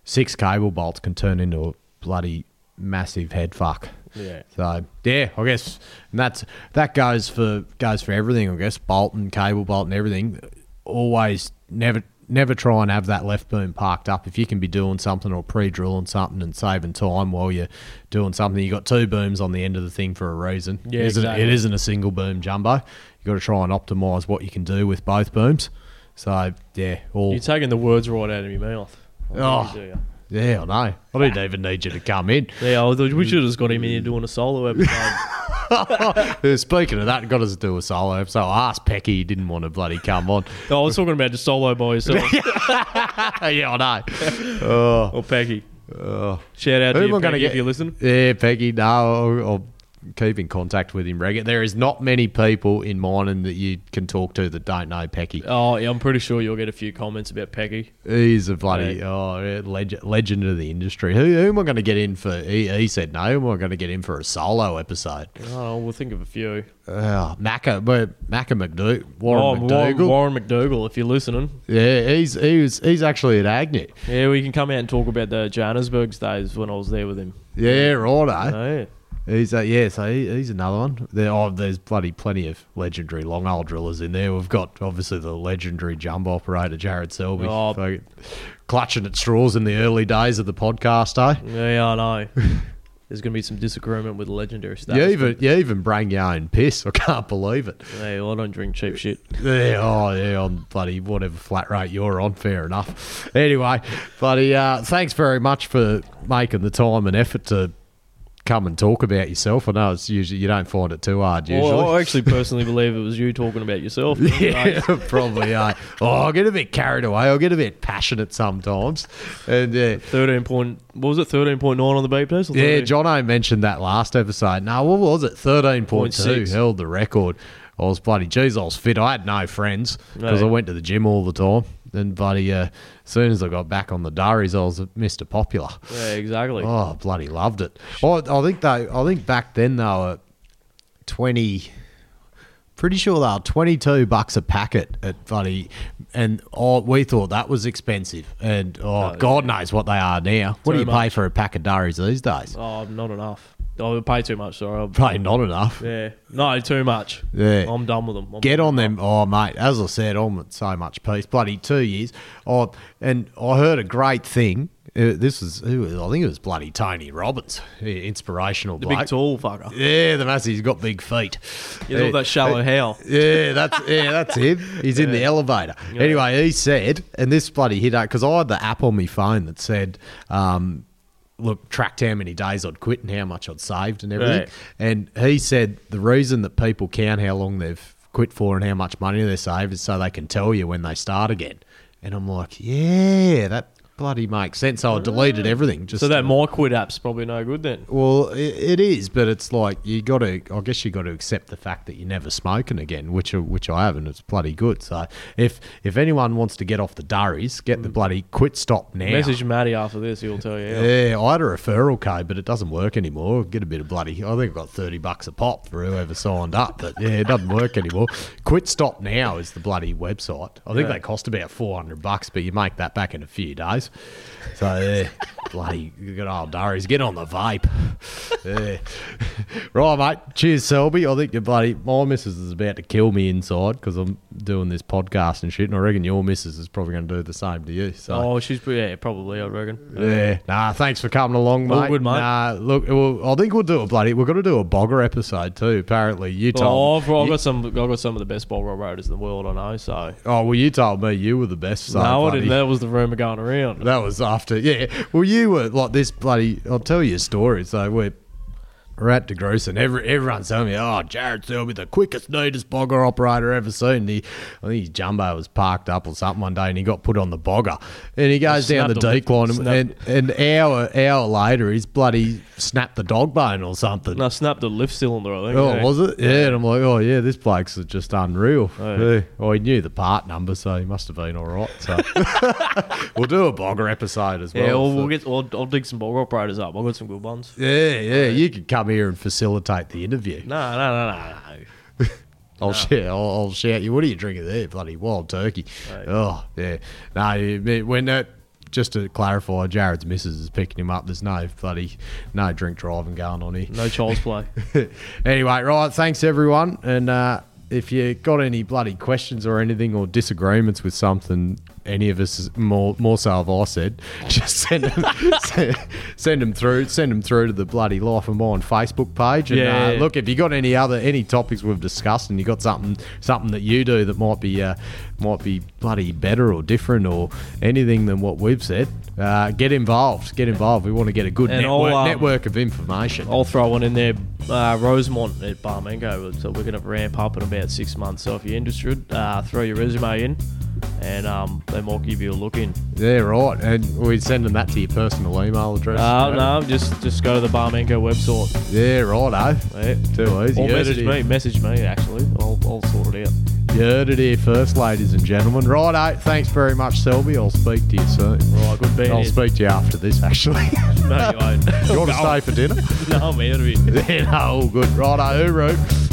Speaker 3: six cable bolts can turn into a bloody massive head fuck.
Speaker 4: Yeah.
Speaker 3: So yeah, I guess and that's that goes for goes for everything. I guess bolt and cable bolt and everything. Always never never try and have that left boom parked up. If you can be doing something or pre-drilling something and saving time while you're doing something, you got two booms on the end of the thing for a reason.
Speaker 4: Yeah,
Speaker 3: It isn't-
Speaker 4: exactly.
Speaker 3: It isn't a single boom jumbo. You got to try and optimize what you can do with both booms. So yeah, all
Speaker 4: You're taking the words right out of your mouth. I
Speaker 3: Oh.
Speaker 4: really do, yeah.
Speaker 3: yeah, I know. I didn't even need you to come in.
Speaker 4: Yeah, I thought we should have just got him in here doing a solo *laughs* episode.
Speaker 3: Uh, Speaking of that, got us to do a solo. So I asked Pecky, he didn't want to bloody come
Speaker 4: *laughs*
Speaker 3: on.
Speaker 4: no, I was talking about just solo by yourself *laughs*
Speaker 3: yeah, I know.
Speaker 4: or Peggy. Shout out
Speaker 3: Who
Speaker 4: to
Speaker 3: am I
Speaker 4: you,
Speaker 3: gonna
Speaker 4: Peggy,
Speaker 3: get-
Speaker 4: if you listen.
Speaker 3: Yeah, Peggy, no, I'll, I'll keep in contact with him regularly. There is not many people in Mining that you can talk to that don't know Pecky.
Speaker 4: Oh, yeah, I'm pretty sure you'll get a few comments about Peggy.
Speaker 3: He's a bloody oh, yeah, legend, legend of the industry. Who, who am I going to get in for? He, he said no. Who am I going to get in for a solo episode?
Speaker 4: I don't know, Oh, we'll think of a few.
Speaker 3: Uh, Macca, but Macca McDou
Speaker 4: Oh, Warren,
Speaker 3: Warren McDougal.
Speaker 4: Warren McDougal, if you're listening.
Speaker 3: Yeah, he's he was he's actually at Agnew.
Speaker 4: Yeah, we can come out and talk about the Johannesburg's days when I was there with *laughs* him. Oh,
Speaker 3: Yeah, righto.
Speaker 4: Yeah.
Speaker 3: He's uh, yeah, so he, he's another one. There, oh, there's bloody plenty of legendary long old drillers in there. We've got obviously the legendary jump operator Jared Selby,
Speaker 4: Oh.
Speaker 3: Fuck, clutching at straws in the early days of the podcast. Eh?
Speaker 4: Yeah, I
Speaker 3: *laughs*
Speaker 4: know. There's going to be some disagreement with legendary stuff.
Speaker 3: You even you even bring your own piss. *laughs* I can't believe it.
Speaker 4: Hey, well, I don't drink cheap
Speaker 3: *laughs*
Speaker 4: shit.
Speaker 3: Yeah, oh yeah, on bloody whatever flat rate you're on, fair enough. Anyway, bloody uh, thanks very much for making the time and effort to come and talk about yourself. I know it's usually you don't find it too hard usually.
Speaker 4: Well, I actually personally believe it was you talking about yourself.
Speaker 3: *laughs* Yeah, probably. Uh, oh, I get a bit carried away. I get a bit passionate sometimes. And yeah,
Speaker 4: Thirteen point. What was it? Thirteen point nine on the beep test. or
Speaker 3: yeah,
Speaker 4: 13?
Speaker 3: John O mentioned that last episode. No, what was it? Thirteen point two
Speaker 4: 0.6.
Speaker 3: held the record. I was bloody jeez, I was fit. I had no friends because
Speaker 4: No.
Speaker 3: I went to the gym all the time. And bloody, uh, as soon as I got back on the diaries, I was Mister Popular.
Speaker 4: Yeah, exactly.
Speaker 3: Oh, bloody loved it. I, I think they. I think back then they were twenty. Pretty sure they were twenty-two bucks a packet at bloody, and oh, we thought that was expensive. And oh,
Speaker 4: No,
Speaker 3: God knows what they are now. What do
Speaker 4: Too
Speaker 3: you pay
Speaker 4: much.
Speaker 3: for a pack of durries these days?
Speaker 4: Oh, not enough. Oh, I pay too much. Sorry. I'll-
Speaker 3: Probably not enough.
Speaker 4: Yeah. No, too much.
Speaker 3: Yeah.
Speaker 4: I'm done with them. I'm
Speaker 3: Get on them. Oh, mate, as I said, I'm at so much peace. Bloody two years. Oh, and I heard a great thing. Uh, this was, who was, I think it was bloody Tony Robbins, uh, inspirational
Speaker 4: The
Speaker 3: bloke.
Speaker 4: big tall fucker.
Speaker 3: Yeah, the massive. He's got big feet.
Speaker 4: He's all that shallow hell.
Speaker 3: Yeah, that's
Speaker 4: *laughs*
Speaker 3: yeah, that's him. He's in the elevator. Anyway, he said, and this bloody hit because I had the app on my phone that said, um, look, tracked how many days I'd quit and how much I'd saved and everything.
Speaker 4: Right.
Speaker 3: And he said the reason that people count how long they've quit for and how much money they save is so they can tell you when they start again. And I'm like, yeah, that bloody makes sense. So I deleted everything. Just
Speaker 4: So that
Speaker 3: to-
Speaker 4: my quid app's probably no good then.
Speaker 3: well, it, it is, but it's like you got to. I guess you got to accept the fact that you're never smoking again, which uh, which I haven't. It's bloody good. So if if anyone wants to get off the durries, get the bloody quit stop now.
Speaker 4: Message Matty after this. He'll tell you. Yeah.
Speaker 3: yeah, I had a referral code, but it doesn't work anymore. Get a bit of bloody. I think I got thirty bucks a pop for whoever signed up, but yeah, it doesn't work anymore. Quit Stop Now is the bloody website. I think
Speaker 4: Yeah.
Speaker 3: they cost about four hundred bucks, but you make that back in a *laughs* few days. So yeah, bloody good old diaries. Get on the vape. Yeah. *laughs* Right, mate. Cheers, Selby. I think your bloody my missus is about to kill me inside because I'm doing this podcast and shit, and I reckon your missus is probably going to do the same to you. So.
Speaker 4: Oh, she's pretty, yeah, probably, I reckon.
Speaker 3: Yeah. Nah, thanks for coming along, mate.
Speaker 4: All good, mate.
Speaker 3: Nah, look, well, I think we'll do a bloody. We're going to do a bogger episode too. Apparently, you
Speaker 4: Oh,
Speaker 3: told.
Speaker 4: I've, I've
Speaker 3: you-
Speaker 4: got some. I've got some of the best bowl roll riders in the world. I know. So
Speaker 3: oh well, you told me you were the best. So
Speaker 4: no, I
Speaker 3: bloody-
Speaker 4: didn't. That was the rumor going around.
Speaker 3: That was after, yeah. Well, you were like this bloody. I'll tell you a story. So we're we're at DeGrosse and every everyone's telling me, "Oh, Jared Selby, the quickest, neatest bogger operator ever seen." He, I think his jumbo was parked up or something one day, and he got put on the bogger, and he goes down the
Speaker 4: snapped a-
Speaker 3: decline, and,
Speaker 4: snapped-
Speaker 3: and an hour hour later, he's bloody snapped the dog bone or something.
Speaker 4: And I snapped a lift cylinder. I think.
Speaker 3: Oh,
Speaker 4: yeah.
Speaker 3: was it? Yeah, and I'm like, oh yeah, this bloke's just unreal.
Speaker 4: Oh.
Speaker 3: Yeah. Well, he knew the part number, so he must have been all right.
Speaker 4: *laughs*
Speaker 3: So we'll do a bogger episode as well.
Speaker 4: Yeah, we'll, we'll
Speaker 3: So-
Speaker 4: get. I'll, I'll dig some ball operators up. I've got some good ones.
Speaker 3: Oh, yeah, yeah. You could come here and facilitate the interview.
Speaker 4: No, no, no, no, no.
Speaker 3: I'll, *laughs* shout, I'll, I'll shout you. What are you drinking there, bloody wild turkey?
Speaker 4: Right.
Speaker 3: Oh yeah. No, you- me- when that. Just to clarify, Jared's missus is picking him up. There's no bloody no drink driving going on here.
Speaker 4: No child's play.
Speaker 3: *laughs* anyway, right. Thanks everyone. And uh, if you got any bloody questions or anything or disagreements with something, any of us is- more more so have I said, *laughs* just send *laughs* them send, send them through. Send them through to the bloody Life of Mine Facebook page. And
Speaker 4: Yeah,
Speaker 3: uh,
Speaker 4: yeah.
Speaker 3: look, if you got any other any topics we've discussed, and you got something something that you do that might be uh, might be bloody better or different or anything than what we've said. Uh, get involved. Get involved. We want to get a good
Speaker 4: And I'll,
Speaker 3: network,
Speaker 4: um,
Speaker 3: network of information.
Speaker 4: I'll throw one in there. Uh, Rosemont at Barmango. So we're going to ramp up in about six months. So if you're interested, uh, throw your resume in, and um, they might give you a look in.
Speaker 3: Yeah, right. And we'd send them that to your personal email address.
Speaker 4: Uh, no, just just go to the Barmango website.
Speaker 3: Yeah, right, eh?
Speaker 4: Yeah.
Speaker 3: Too easy.
Speaker 4: Or
Speaker 3: You heard
Speaker 4: message
Speaker 3: it
Speaker 4: me.
Speaker 3: here-
Speaker 4: Message me actually. I'll, I'll sort it out.
Speaker 3: You heard it here first, ladies and gentlemen. Right, eh? Thanks very much, Selby. I'll speak to you soon.
Speaker 4: Right, good being
Speaker 3: I'll
Speaker 4: here.
Speaker 3: speak to you after this, actually. *laughs*
Speaker 4: No, you
Speaker 3: you
Speaker 4: won't. *laughs*
Speaker 3: want to stay for dinner? *laughs*
Speaker 4: no, man. it'll be-
Speaker 3: yeah, no, all good. Right, eh? Hooroo.